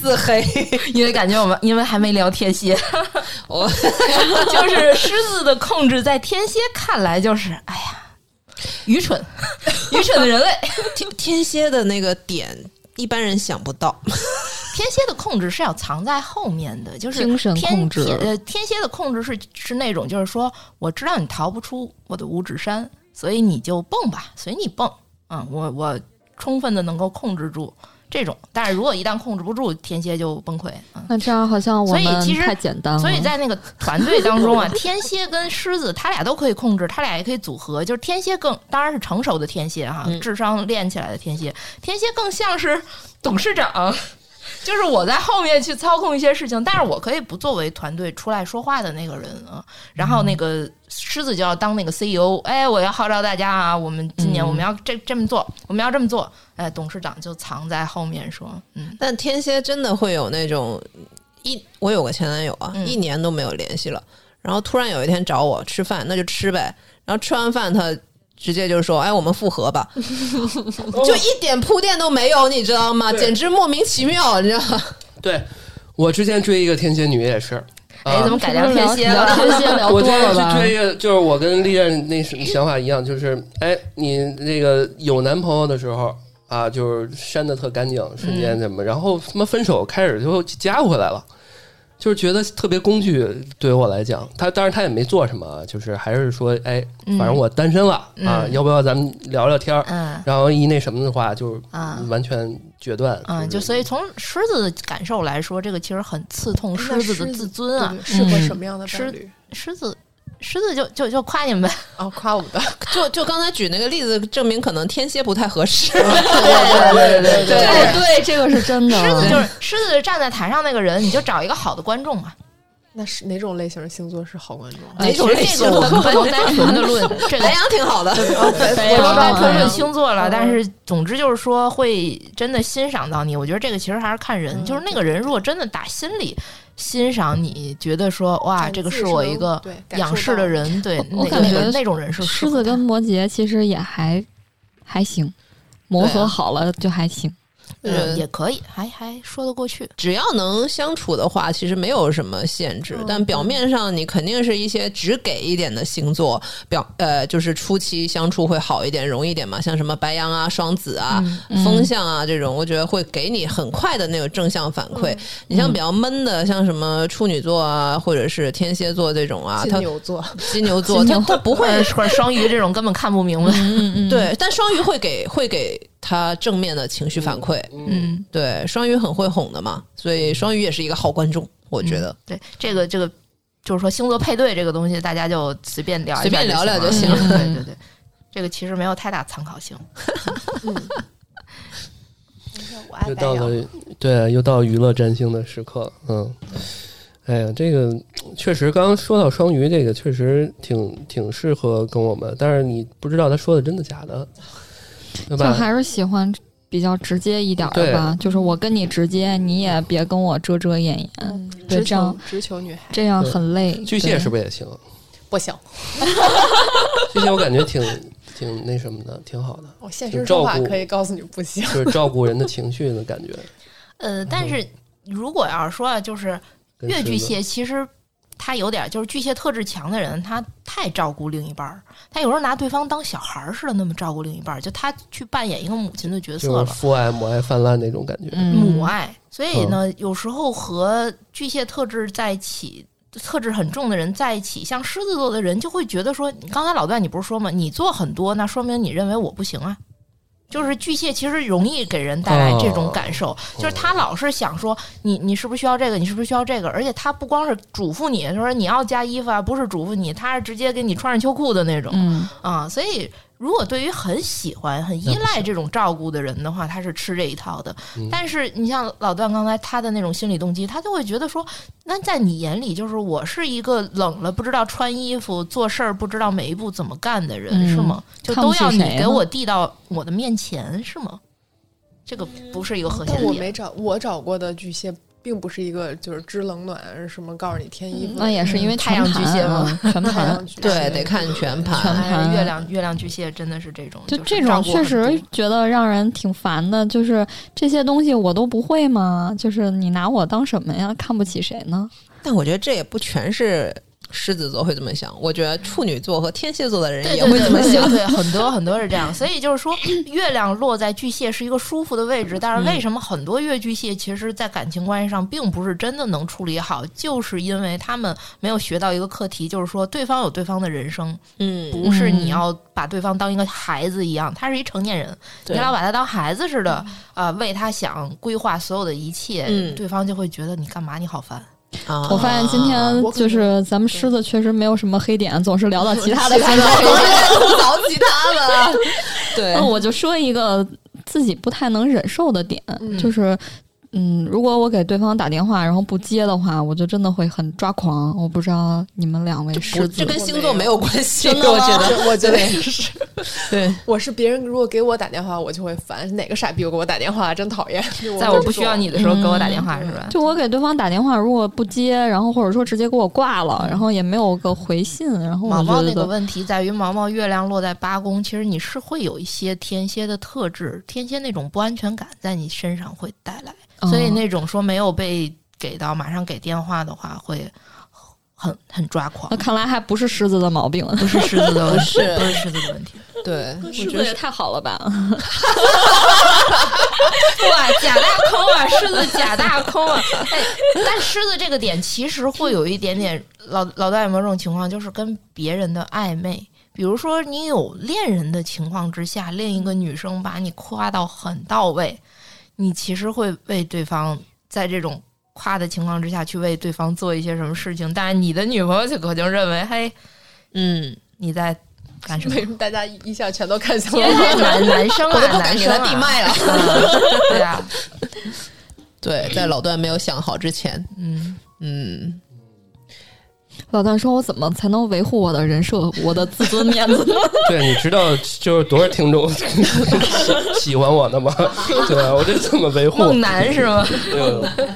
S5: 自黑。
S2: 因为感觉我们因为还没聊天蝎，
S5: 我
S2: *laughs* 就是狮子的控制，在天蝎看来就是哎呀，愚蠢，愚蠢的人类。
S5: 天天蝎的那个点，一般人想不到。
S2: 天蝎的控制是要藏在后面的，就是
S4: 精神
S2: 天
S4: 控制
S2: 天呃，天蝎的控制是是那种，就是说我知道你逃不出我的五指山，所以你就蹦吧，随你蹦。嗯，我我充分的能够控制住这种，但是如果一旦控制不住，天蝎就崩溃。嗯，
S4: 那这样好像我
S2: 所以
S4: 们
S2: 其实
S4: 太简单了。
S2: 所以在那个团队当中啊， *laughs* 天蝎跟狮子，他俩都可以控制，他俩也可以组合。就是天蝎更当然是成熟的天蝎哈，
S4: 嗯
S2: 智商练起来的天蝎，天蝎更像是董事长。 *laughs* 就是我在后面去操控一些事情，但是我可以不作为团队出来说话的那个人啊。然后那个狮子就要当那个 CEO，哎，我要号召大家啊，我们今
S4: 嗯
S2: 年我们要这这么做，我们要这么做。哎，董事长就藏在后面说，嗯，
S5: 但天蝎真的会有那种一，我有个前男友啊，
S2: 嗯
S5: 一年都没有联系了，然后突然有一天找我吃饭，那就吃呗。然后吃完饭他。直接就说：“哎，我们复合吧！”就一点铺垫都没有，你知道吗？简直莫名其妙，你知道吗？
S3: 对我之前追一个天蝎女也是，
S4: 嗯
S3: 啊、
S2: 哎，怎么改良天蝎
S4: 聊
S2: 了？
S4: 天蝎聊
S3: 我
S4: 多
S3: 这
S4: 了
S3: 样去
S4: 吧？
S3: 追一个，就是我跟丽艳那什么想法一样，就是哎，你那个有男朋友的时候啊，就是删的特干净，瞬
S2: 嗯
S3: 间怎么，然后他妈分手开始就加回来了。就是觉得特别工具，对于我来讲，他当然他也没做什么啊，就是还是说，哎，反正我单身了、啊，要不要咱们聊聊天儿？
S2: 嗯
S3: 然后一那什么的话，就是
S2: 啊
S3: 完全决断，
S2: 嗯，就所以从狮子的感受来说，这个其实很刺痛狮
S6: 哎那
S2: 子的自尊啊
S6: 对。对适合什么样的
S2: 狮
S6: 伴侣？
S2: 狮子，狮子就就就夸你们呗，
S6: 啊，夸我的，
S5: 就就刚才举那个例子，证明可能天蝎不太合适。
S2: 对对对
S5: *laughs* 对
S4: 哎，对，这个是真的。
S2: 狮子就是狮子站在台上那个人，你就找一个好的观众嘛。哎
S6: 那是哪种类型的星座是好观众？
S4: 呃
S5: 哪种类
S2: 这
S5: 型
S2: 个我们
S5: 的？
S2: 不用单纯的论，这个
S5: 白羊挺好的，
S2: 我们单纯论
S4: 了
S2: 星座了，但是总之就是说会真的欣赏到你。我觉得这个其实还是看人，就是那个人如果真的打心里欣赏你，觉得说哇，
S6: 嗯
S2: 这个
S6: 自
S2: 是
S6: 己
S2: 我
S6: 是
S2: 一
S6: 能
S2: 个
S6: 对哎感
S2: 仰
S6: 受
S2: 视的
S6: 到
S2: 人，对，
S4: 我
S2: 那
S4: 感
S2: 个
S4: 觉
S2: 那种人是适
S4: 狮
S2: 合
S4: 子跟
S2: 他
S4: 摩羯其实也还还行，磨
S5: 对
S4: 合
S5: 啊
S4: 好了就还行。
S2: 嗯也可以，还还说得过去。
S5: 只要能相处的话，其实没有什么限制。但表面上你肯定是一些只给一点的星座表，呃，就是初期相处会好一点、容易一点嘛，像什么白羊啊、双子啊、风象啊这种，我觉得会给你很快的那种正向反馈。你像比较闷的，像什么处女座啊，或者是天蝎座这种
S6: *laughs*
S5: 啊，
S6: 金
S5: 他
S2: *laughs*
S6: 牛座，
S5: 金牛座，他他不会
S2: 或者呃或者双鱼这种根本看不明白。嗯
S5: 对，但双鱼会给会给他正面的情绪反馈。
S2: 嗯，
S5: 对，双鱼很会哄的嘛，所以双鱼也是一个好观众，我觉得。
S2: 对，这个这个就是说星座配对这个东西，大家就随便聊一下
S5: 随便聊聊就
S2: 行了。嗯
S5: 行了
S2: 对
S5: 嗯
S2: 对对，这个其实没有太大参考性。
S6: 我爱
S3: 又
S6: 白
S3: 到
S6: 羊。
S3: 了对，又到娱乐占星的时刻，嗯，哎呀，这个确实，刚刚说到双鱼，这个确实挺挺适合跟我们，但是你不知道他说的真的假的，
S4: 就
S3: 对吧？
S4: 还是喜欢比较直接一点儿
S3: 对
S4: 吧，就是我跟你直接，你也别跟我遮遮掩掩，
S2: 嗯
S4: 对
S6: 嗯直
S4: 这样
S6: 球直球女孩
S4: 这样很累。
S3: 巨蟹
S4: 对
S3: 是不是也行？
S6: 不行，
S3: 巨蟹我感觉挺挺那什么的，挺好的，
S6: 我现
S3: 挺
S6: 身
S3: 照
S6: 说法
S3: 顾
S6: 可以告诉你不行。
S3: 就是照顾人的情绪的感觉。
S2: 呃，但是如果要是说啊，就是
S3: 跟
S2: 越
S3: 狮
S2: 巨
S3: 子
S2: 蟹，其实他有点就是巨蟹特质强的人，他太照顾另一半儿，他有时候拿对方当小孩儿似的那么照顾另一半儿，就他去扮演一个母亲的角色
S3: 就
S2: 了
S3: 是。父爱母爱泛滥那种感觉。
S4: 嗯
S2: 母啊爱，所以呢，有时候和巨蟹特质在一起。特质很重的人在一起，像狮子座的人就会觉得说，你刚才老段你不是说吗？你做很多，那说明你认为我不行啊。就是巨蟹其实容易给人带来这种感受，就是他老是想说你你是不是需要这个，你是不是需要这个，而且他不光是嘱咐你说你要加衣服啊，不是嘱咐你，他是直接给你穿上秋裤的那种。
S4: 嗯，
S2: 啊，所以如果对于很喜欢、很依赖这种照顾的人的话，他是吃这一套的。但是你像老段刚才他的那种心理动机，他就会觉得说，那在你眼里，就是我是一个冷了不知道穿衣服、做事儿不知道每一步怎么干的人，是
S4: 嗯
S2: 吗？就
S4: 看
S2: 都
S4: 不起
S2: 要你
S4: 谁
S2: 给
S4: 呢
S2: 我递到我的面前，是吗？这个不是一个和谐
S6: 但我
S2: 的点。
S6: 没找我找过的巨蟹，并不是一个就是知冷暖什么，告诉你添衣服
S4: 嗯
S6: 的，
S4: 那也是因为
S2: 太
S4: 全
S2: 阳巨蟹
S4: 盘
S2: 嘛
S4: 啊，全
S6: 太 *laughs*
S4: 盘
S6: 阳。巨蟹
S5: 对，得看全盘。
S4: 全
S2: 哎
S4: 盘
S2: 月亮月亮巨蟹真的是这种，
S4: 就是这
S2: 照
S4: 种
S2: 顾
S4: 确
S2: 很
S4: 实
S2: 多
S4: 觉得让人挺烦的，就是这些东西我都不会吗？就是你拿我当什么呀？看不起谁呢？
S5: 但我觉得这也不全是狮子座会这么想，我觉得处女座和天蝎座的人
S2: 对
S5: 也
S2: 对
S5: 会
S2: 对
S5: 这么
S2: 对
S5: 想。
S2: 对，很多很多是这样，所以就是说，月亮落在巨蟹是一个舒服的位置，但是为什么很多月巨蟹其实在感情关系上并不是真的能处理好，就是因为他们没有学到一个课题，就是说对方有对方的人生，
S5: 嗯，
S2: 不是你
S4: 嗯
S2: 要把对方当一个孩子一样，他是一成年人，你
S5: 对
S2: 老把他当孩子似的啊、为他想规划所有的一切，
S5: 嗯
S2: 对方就会觉得你干嘛你好烦。
S5: 啊。
S4: 我发现今天
S6: 我
S4: 就是咱们狮子确实没有什么黑点，总是聊到其他的
S5: *laughs* 我在吐槽其他的。对
S4: 那，哦我就说一个自己不太能忍受的点，
S6: 嗯
S4: 就是。嗯，如果我给对方打电话，然后不接的话，我就真的会很抓狂。我不知道你们两位
S5: 不
S4: 狮子
S5: 这跟星座没有关系，
S4: 真的吗
S5: 我觉得，
S6: 哦我觉得
S5: 是。 *laughs* 对，
S6: 我是别人如果给我打电话，我就会烦，哪个傻逼又给我打电话，真讨厌。就
S2: 在
S6: 会
S2: 我不需
S6: 说
S2: 要你的时候给我打电话、是吧？
S4: 就我给对方打电话，如果不接，然后或者说直接给我挂了，然后也没有个回信，然后
S2: 毛
S4: 我
S2: 毛那
S4: 觉
S2: 个
S4: 得
S2: 问题在于，毛毛月亮落在八宫，其实你是会有一些天蝎的特质，天蝎那种不安全感在你身上会带来，
S4: 哦
S2: 所以那种说没有被给到，马上给电话的话，会很很抓狂
S4: 那。看来还不是狮子的毛病，
S2: 哦
S4: *laughs*
S2: 不是狮子的问题，
S5: 是
S2: 不是狮子的问题。
S5: 对，我
S4: 狮
S5: 觉
S4: 子
S5: 得
S4: 也太好了吧？
S2: 哇，假大空啊，狮子假大空
S5: *laughs*
S2: 啊！哎，但狮子这个点其实会有一点点，老老大有没有这种情况，就是跟别人的暧昧？比如说你有恋人的情况之下，另一个女生把你夸到很到位，你其实会为对方在这种夸的情况之下去为对方做一些什么事情，但是你的女朋友就可就认为，嘿，
S5: 嗯，
S2: 你在干什么
S5: *laughs*
S6: 为？什么大家一一下全都看向
S2: 因为
S6: 我？
S2: 男男生啊，
S5: 我都不
S2: 男
S5: 敢给
S2: 生
S5: 他
S2: 啊
S5: 递麦了。
S2: 嗯 *laughs* 对啊，
S5: *laughs* 对，在老段没有想好之前，
S2: 嗯。
S5: 嗯，
S4: *laughs* 老段说：“我怎么才能维护我的人设，我的自尊面 *laughs* 子呢？
S3: 对，你知道就是多少听众 *laughs* 喜欢我的吗？ *laughs* 对吧？我这怎么维护？
S2: 梦男是吗？
S3: 对，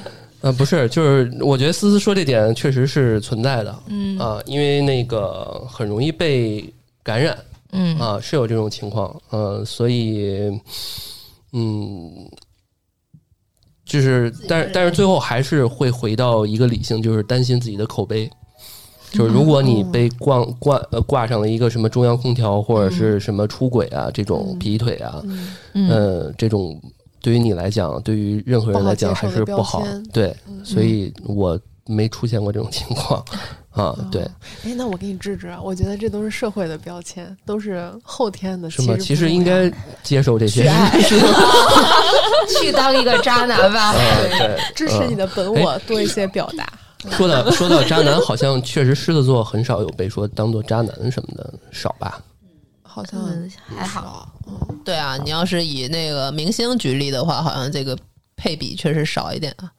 S3: 呃，不是，就是我觉得思思说这点确实是存在的，嗯啊、因为那个很容易被感染
S2: 嗯
S3: 啊、是有这种情况，呃，所以，嗯，就是，但是但是最后还是会回到一个理性，就是担心自己的口碑。就是如果你被挂挂呃挂上了一个什么中央空调或者是什么出轨啊这种劈腿啊，
S6: 嗯
S3: 呃，这种对于你来讲，对于任何人来讲
S6: 不好
S3: 还
S6: 接受
S3: 是
S6: 的
S3: 不好
S6: 标签。嗯
S3: 对，所以我没出现过这种情况啊。对，
S6: 哎，那我给你治治啊，我觉得这都是社会的标签，都是后天的。
S3: 什么其
S6: 不
S3: 实
S6: 重
S3: 应
S6: 要
S3: 该接受这些。 *laughs*
S2: 去当一个渣男吧。
S3: 嗯，对，
S6: 支持你的本
S3: 哎
S6: 我，
S5: *laughs*
S6: 多一些表达。
S3: 说到说到渣男，好像确实狮子座很少有被说当做渣男什么的，少吧？
S6: 好像
S2: 嗯，还好，
S5: 对啊，你要是以那个明星举例的话，好像这个配比确实少一点啊。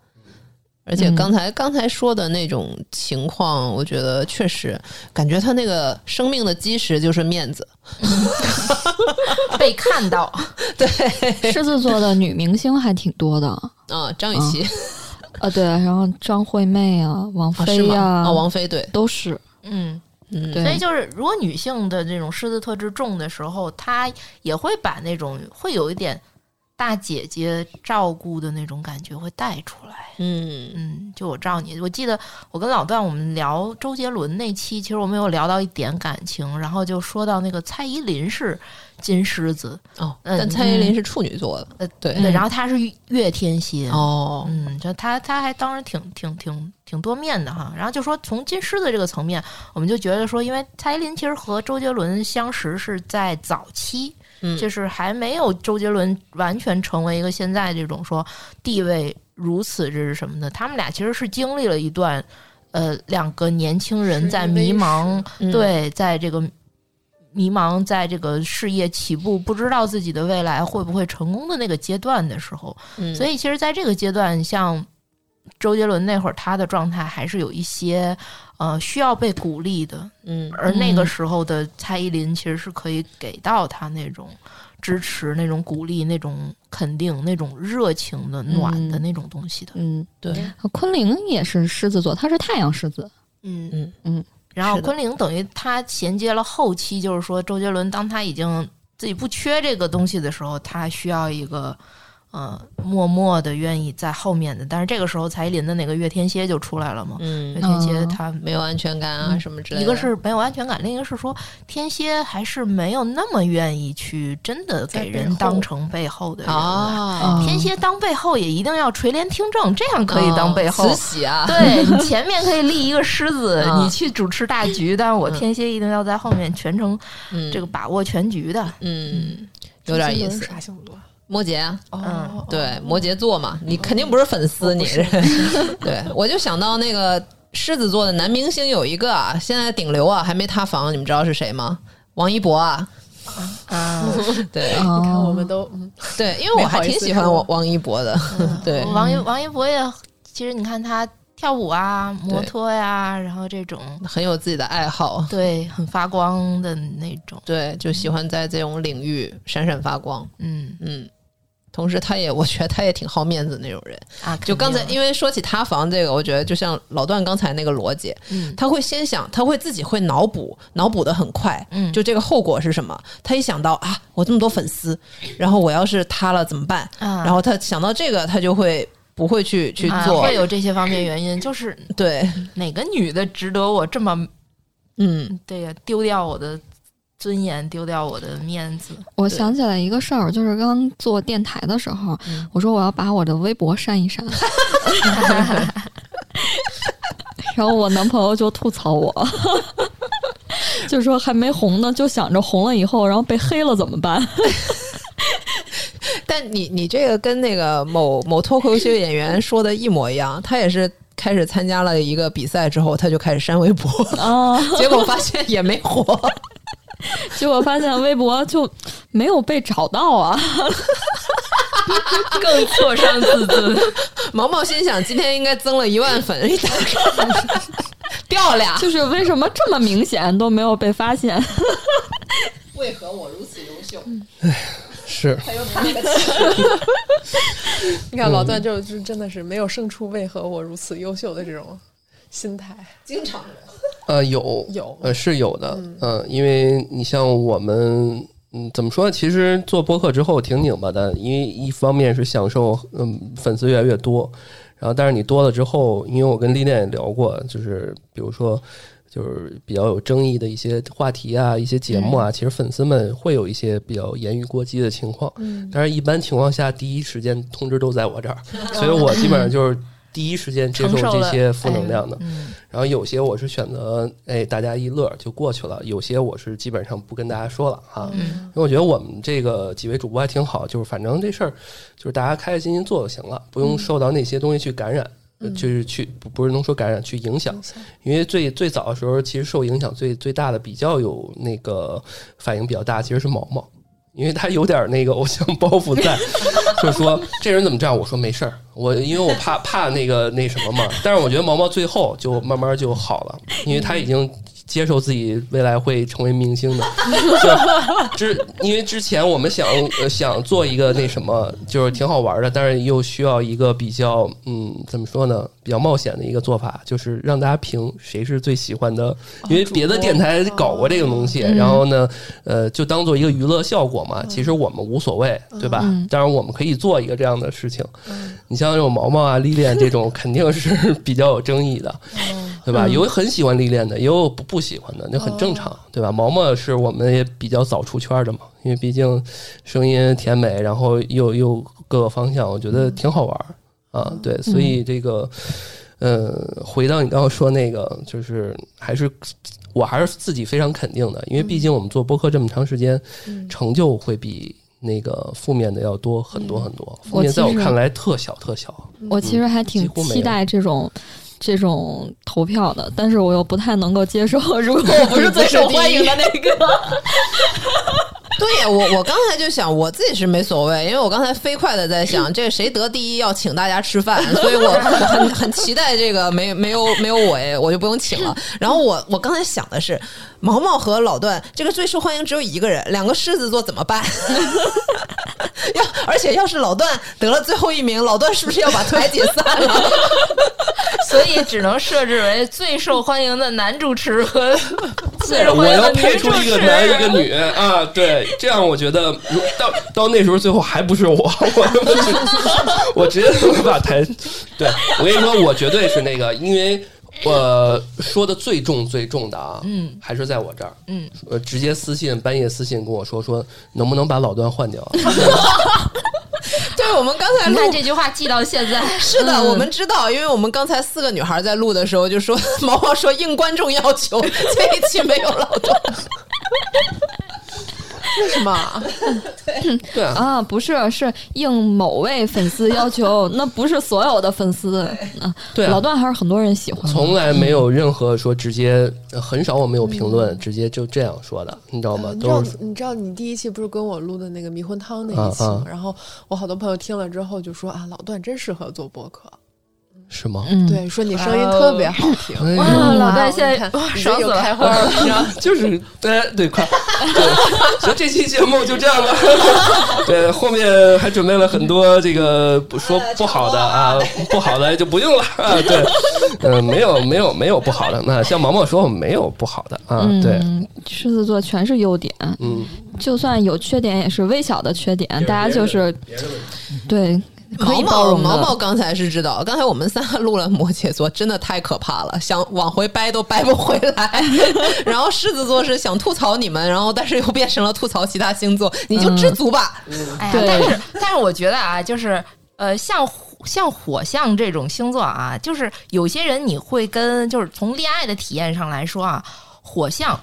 S5: 而且刚才、刚才说的那种情况，我觉得确实感觉他那个生命的基石就是面子。
S2: 被看到，
S5: 对
S4: 狮子座的女明星还挺多的，
S5: 啊，张雨绮
S4: 啊，对，然后张惠妹啊，王
S5: 啊 *laughs* 是
S4: 菲
S5: 吗？
S4: 呀、
S5: 啊，王菲对，
S4: 都是，
S2: 嗯，
S5: 嗯，
S4: 对
S2: 所以就是，如果女性的这种狮子特质重的时候，她也会把那种会有一点大姐姐照顾的那种感觉会带出来。
S5: 嗯
S2: 嗯，就我照你，我记得我跟老段我们聊周杰伦那期，其实我们有聊到一点感情，然后就说到那个蔡依林是金狮子，
S5: 哦，
S2: 嗯
S5: 但蔡依林是处女座的，
S2: 呃，
S5: 对
S2: 对，然后她是月天蝎，
S5: 哦，
S2: 嗯，就他他还当时挺挺挺挺多面的哈。然后就说从金狮子这个层面，我们就觉得说，因为蔡依林其实和周杰伦相识是在早期，
S5: 嗯
S2: 就是还没有周杰伦完全成为一个现在这种说地位如此之什么的，他们俩其实是经历了一段。呃，两个年轻人在迷茫，
S5: 嗯，
S2: 对，在这个迷茫，在这个事业起步，不知道自己的未来会不会成功的那个阶段的时候，
S5: 嗯
S2: 所以其实，在这个阶段，像周杰伦那会儿，他的状态还是有一些呃需要被鼓励的，
S5: 嗯
S2: 而那个
S4: 嗯
S2: 时候的蔡依林其实是可以给到他那种支持、那种鼓励、那种肯定、那种热情的、暖的
S4: 嗯
S2: 那种东西的。
S5: 嗯，对，
S4: 昆凌也是狮子座，她是太阳狮子，
S2: 嗯
S5: 嗯
S4: 嗯。
S2: 然后
S5: 是的
S2: 昆凌等于他衔接了后期，就是说周杰伦当他已经自己不缺这个东西的时候，他需要一个。呃，默默的愿意在后面的，但是这个时候蔡依林的那个月天蝎就出来了嘛，月
S5: 嗯，
S2: 天蝎
S4: 嗯
S2: 他
S5: 没有安全感啊
S2: 嗯
S5: 什么之类的，
S2: 一个是没有安全感，另一个是说天蝎还是没有那么愿意去真的
S6: 在
S2: 给
S6: 背
S2: 人当
S6: 后
S2: 成背后的人来。
S5: 啊，
S2: 天蝎当背后也一定要垂帘听政，这样可以当背后。
S5: 慈禧啊，
S2: 对你前面可以立一个狮
S5: *laughs*
S2: 子，
S5: 啊
S2: 你去主持大局，但是我
S5: 嗯
S2: 天蝎一定要在后面全程
S5: 嗯，
S2: 这个把握全局的。
S5: 嗯，有点意思。
S6: 啥星座啊？
S5: 摩羯啊，
S6: 哦，
S5: 对，摩羯座嘛，你肯定不是粉丝，你是。 *laughs* 对，我就想到那个狮子座的男明星有一个啊，现在顶流啊，还没塌房，你们知道是谁吗？王一博啊，
S2: 啊，
S5: 对
S6: 你看我
S4: 哦，
S6: 们都嗯
S5: 对，因为我还挺喜欢王王一博的， *laughs* 对，嗯
S2: 王一王一博也，其实你看他跳舞啊、摩
S5: 对
S2: 托呀、然后这种
S5: 很有自己的爱好，
S2: 对很发光的那种，
S5: 对，就喜欢在这种领域闪闪发光，
S2: 嗯
S5: 嗯。同时，他也，我觉得他也挺好面子的那种人。
S2: 啊，
S5: 就刚才，
S2: 肯定
S5: 因为说起塌房这个，我觉得就像老段刚才那个罗姐，
S2: 嗯
S5: 他会先想，他会自己会脑补，脑补的很快，
S2: 嗯
S5: 就这个后果是什么？他一想到啊，我这么多粉丝，然后我要是塌了怎么办？
S2: 啊
S5: 然后他想到这个，他就会不会去去
S2: 啊
S5: 做？
S2: 会有这些方面原因，就是
S5: 对，
S2: 哪个女的值得我这么
S5: 嗯
S2: 对呀、丢掉我的尊严，丢掉我的面子，
S4: 我想起来一个事儿，就是刚做电台的时候，
S5: 嗯
S4: 我说我要把我的微博删
S5: *laughs*
S4: 一删，然后我男朋友就吐槽我。 *laughs* 就说还没红呢，就想着红了以后，然后被黑了怎么办？
S5: 但你你这个跟那个某某脱口秀演员说的一模一样，他也是开始参加了一个比赛之后，他就开始删微
S2: *laughs*
S5: 博，
S4: 啊，
S5: 结果发现也没火。
S4: 结果发现微博就没有被找到啊。
S2: *laughs* 更挫伤自尊。
S5: 毛毛心想，今天应该增了一万粉，一 *laughs* 打开掉俩。
S4: *laughs* 就是为什么这么明显都没有被发现？
S5: 为何我如此优秀？
S3: 是
S5: 他又叹了气。
S6: 你看老
S5: 嗯
S6: 段就就真的是没有胜出，为何我如此优秀的这种心态
S5: 经常
S3: 呃，有
S6: 有
S3: 呃是有的，嗯、因为你像我们，嗯，怎么说？其实做播客之后挺拧巴的，因为一方面是享受，嗯，粉丝越来越多，然后但是你多了之后，因为我跟丽恋也聊过，就是比如说。就是比较有争议的一些话题啊，一些节目
S2: 嗯
S3: 啊，其实粉丝们会有一些比较言语过激的情
S2: 嗯
S3: 况，
S5: 嗯
S3: 但是一般情况下，第一时间通知都在我这儿，所以我基本上就是第一时间接受
S2: 承受
S3: 这
S2: 了
S3: 些负能量的。
S2: 嗯 *laughs*
S3: 然后有些我是选择哎大家一乐就过去了，有些我是基本上不跟大家说了哈，
S2: 嗯
S6: 哦
S3: 因为我觉得我们这个几位主播还挺好，就是反正这事儿就是大家开开心心做就行了，不用受到那些东西去感染，呃就是去不不是能说感染去影响，因为最最早的时候其实受影响最最大的比较有那个反应比较大其实是毛毛。因为他有点那个偶像包袱在， *laughs* 就是说这人怎么这样？我说没事儿，我因为我怕怕那个那什么嘛。但是我觉得毛毛最后就慢慢就好了，因为他已经接受自己未来会成为明星的。 *laughs* 之因为之前我们想、呃、想做一个那什么，就是挺好玩的，但是又需要一个比较嗯怎么说呢，比较冒险的一个做法，就是让大家评谁是最喜欢的，因为别的电台搞过啊这个东西，然后呢，呃，就当做一个娱乐效果嘛。其实我们无所谓，对吧？当然我们可以做一个这样的事情。你像这种毛毛啊、丽丽这种，肯定是比较有争议的。
S5: 嗯
S3: 对
S4: 嗯
S3: 吧？有很喜欢历练的，也有不不喜欢的，那很正常，
S4: 哦
S3: 对吧？毛毛是我们也比较早出圈的嘛，因为毕竟声音甜美，然后又又各个方向，我觉
S4: 嗯
S3: 得挺好玩儿啊。对，所以这个，呃，回到你刚刚说那个，就是还是我还是自己非常肯定的，因为
S4: 嗯
S3: 毕竟我们做播客这么长时间，成就会比那个负面的要多很多很多。负
S4: 嗯我
S3: 面在我
S4: 其实
S3: 看来特小特小，
S4: 我其实还挺
S3: 嗯几乎没有
S4: 期待这种。这种投票的，但是我又不太能够接受。 *laughs* 如果我不是最受欢迎的那个，
S2: *laughs*
S5: 对呀，我我刚才就想，我自己是没所谓，因为我刚才飞快的在 *laughs* 想，这个谁得第一要请大家吃饭，所以我 *laughs* 我很很期待这个没没有没有我耶，我就不用请了。然后我我刚才想的是，毛毛和老段这个最受欢迎只有一个人，两个狮子座怎么办？ *laughs* 要而且要是老段得了最后一名，老段是不是要把台解散了？
S2: 所以只能设置为最受欢迎的男主持和最受
S3: *laughs* 我
S2: 欢迎的
S3: 要
S2: 女
S3: 配出
S2: 主
S3: 一
S2: 持
S3: 个男一
S2: *laughs*
S3: 个女啊，对，这样我觉得如到到那时候最后还不是我， *laughs* 我我直接把台，对我跟你说，我绝对是那个，因为我、呃说的最重最重的啊，嗯，还是在我这儿，嗯，呃，直接私信半夜私信跟我说说能不能把老段换掉啊，
S5: *laughs* 对我们刚才
S2: 你
S5: 录
S2: 看这句话记到现在，
S5: 是的，我们知道，因为我们刚才四个女孩在录的时候就说， *laughs* 毛毛说应观众要求， *laughs* 这一期没有老段。
S6: 为什么？啊
S3: 对啊，
S4: 啊，不是，是应某位粉丝要求，那不是所有的粉丝。啊
S3: 对啊
S4: 老段还是很多人喜欢的。
S3: 从来没有任何说直接，呃很少我们有评论、直接就这样说的，嗯你知道吗？
S6: 呃你知道
S3: 都是
S6: 你知道你第一期不是跟我录的那个迷魂汤那一期吗？
S3: 啊啊
S6: 然后我好多朋友听了之后就说啊，老段真适合做播客，
S3: 是吗？
S4: 嗯，
S6: 对，说你声音
S2: 哦
S6: 特别好听。
S3: 哎呦
S2: 哇， *laughs* 老段
S6: 你
S2: 现在
S6: 看
S2: 哇
S6: 你这
S2: 爽死
S6: *laughs* 有
S2: 了
S6: 开，花了，你知道吗
S3: *laughs* 就是对对，快，对，所以这期节目就这样吧。 *laughs* 对，后面还准备了很多这个不说不好的啊，不好的就不用了啊。对，嗯、没有没有没有不好的。那像毛毛说，我们没有不好的啊。对，
S4: 嗯，狮子座全是优点，
S3: 嗯，
S4: 就算有缺点也是微小的缺点，大家就是对可
S5: 毛
S4: 以
S5: 毛
S4: 包容
S5: 毛毛
S4: 的。
S5: 刚才是知道，刚才我们仨录了摩羯座，真的太可怕了，想往回掰都掰不回来。 *laughs* 然后狮子座是想吐槽你们，然后但是又变成了吐槽其他星座，你就知足吧。
S2: 哎呀，
S4: 对
S2: 但是但是我觉得啊，就是呃，像火像火象这种星座啊，就是有些人你会跟就是从恋爱的体验上来说啊，火象。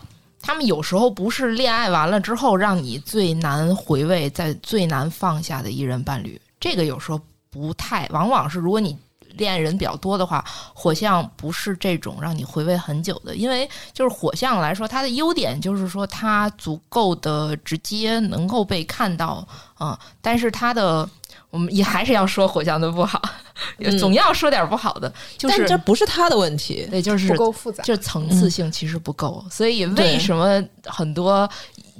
S2: 他们有时候不是恋爱完了之后让你最难回味、在最难放下的一任伴侣，这个有时候不太，往往是如果你恋爱人比较多的话，火象不是这种让你回味很久的，因为就是火象来说，它的优点就是说它足够的直接，能够被看到，嗯，但是它的我们也还是要说火象的不好，总要说点不好的，就
S5: 但
S2: 是
S5: 这不是他的问题，
S2: 对，就是
S6: 不够复杂。
S2: 就层次性其实不够，所以为什么很多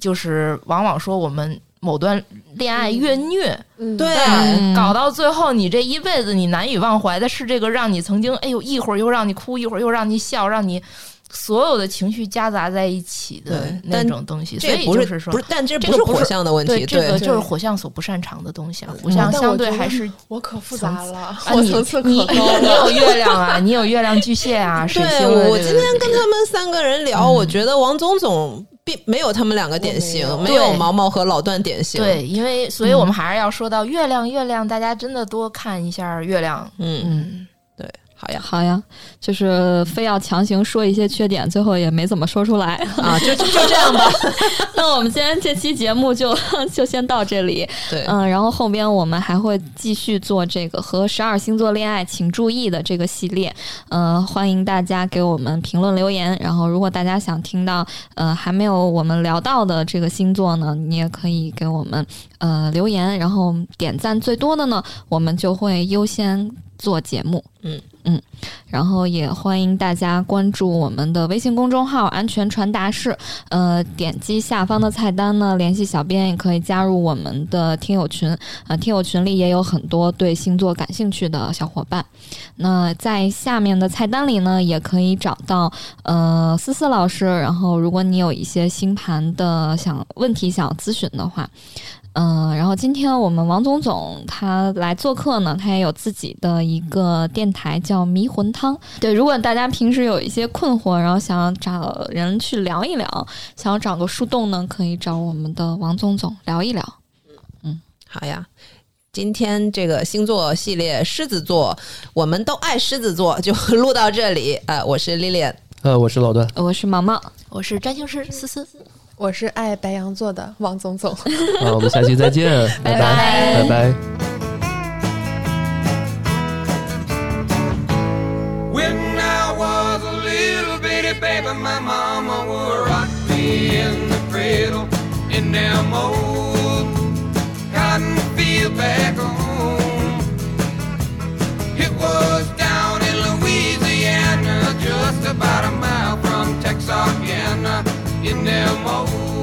S2: 就是往往说我们某段恋爱越虐，
S6: 嗯，
S5: 对
S2: 对，搞到最后，你这一辈子你难以忘怀的是这个让你曾经，哎呦，一会儿又让你哭，一会儿又让你笑，让你所有的情绪夹杂在一起的
S5: 对
S2: 那
S5: 但
S2: 种东西。所
S5: 这
S2: 以
S5: 不
S2: 就是说
S5: 不，是，但这
S2: 这个
S5: 不是
S2: 不
S5: 火
S2: 是
S5: 象的问
S2: 对
S5: 题，
S2: 这个
S5: 对。
S2: 就是火象所不擅长的东西啊。火
S6: 嗯
S2: 象
S6: 但
S2: 相
S6: 我
S2: 对
S6: 觉
S2: 还
S6: 得
S2: 是
S6: 我可复杂了，
S2: 啊，
S6: 我
S2: 你
S6: 层次可
S2: 你
S6: 高了。
S2: 你有月亮啊，你有月亮巨蟹啊，水
S5: 对
S2: 星啊。
S5: 我
S2: 这
S5: 今
S2: 个
S5: 天跟他们三个人聊，我觉得王总总并没有他们两个典型，
S6: 我
S5: 没
S2: 没
S5: 有
S2: 有
S5: 毛毛和老段典型。，
S2: 对，因为所以我们还是要说到月亮，月亮，大家真的多看一下月亮。
S5: 嗯，
S2: 嗯，
S5: 对，好呀，
S4: 好呀，就是非要强行说一些缺点，最后也没怎么说出来啊。就就这样吧。 *laughs* 那我们今天这期节目就就先到这里。
S5: 对，
S4: 嗯，然后后边我们还会继续做这个和十二星座恋爱请注意的这个系列，呃，欢迎大家给我们评论留言。然后，如果大家想听到呃还没有我们聊到的这个星座呢，你也可以给我们呃留言，然后点赞最多的呢，我们就会优先做节目。
S5: 嗯
S4: 然后也欢迎大家关注我们的微信公众号“安全传达室”，呃，点击下方的菜单呢，联系小编，也可以加入我们的听友群。呃，听友群里也有很多对星座感兴趣的小伙伴。那在下面的菜单里呢，也可以找到呃思思老师。然后，如果你有一些星盘的想问题想咨询的话，嗯、然后今天我们王总总他来做客呢，他也有自己的一个电台叫迷魂汤。对，如果大家平时有一些困惑，然后想要找人去聊一聊，想要找个树洞呢，可以找我们的王总总聊一聊。
S5: 好呀。今天这个星座系列，狮子座，我们都爱狮子座，就录到这里。呃，我是 Lilian，
S3: 呃，我是老段，
S4: 我是毛毛，
S2: 我是占星师思思。
S6: 我是爱白羊座的王总总。
S3: 啊，我们下期再见， *laughs* 拜拜拜拜。
S7: When I was a little bitty baby, my mama would rock me in the cradle in them old cotton field back home. It was down in Louisiana, just about a mile from Texarkana, in them old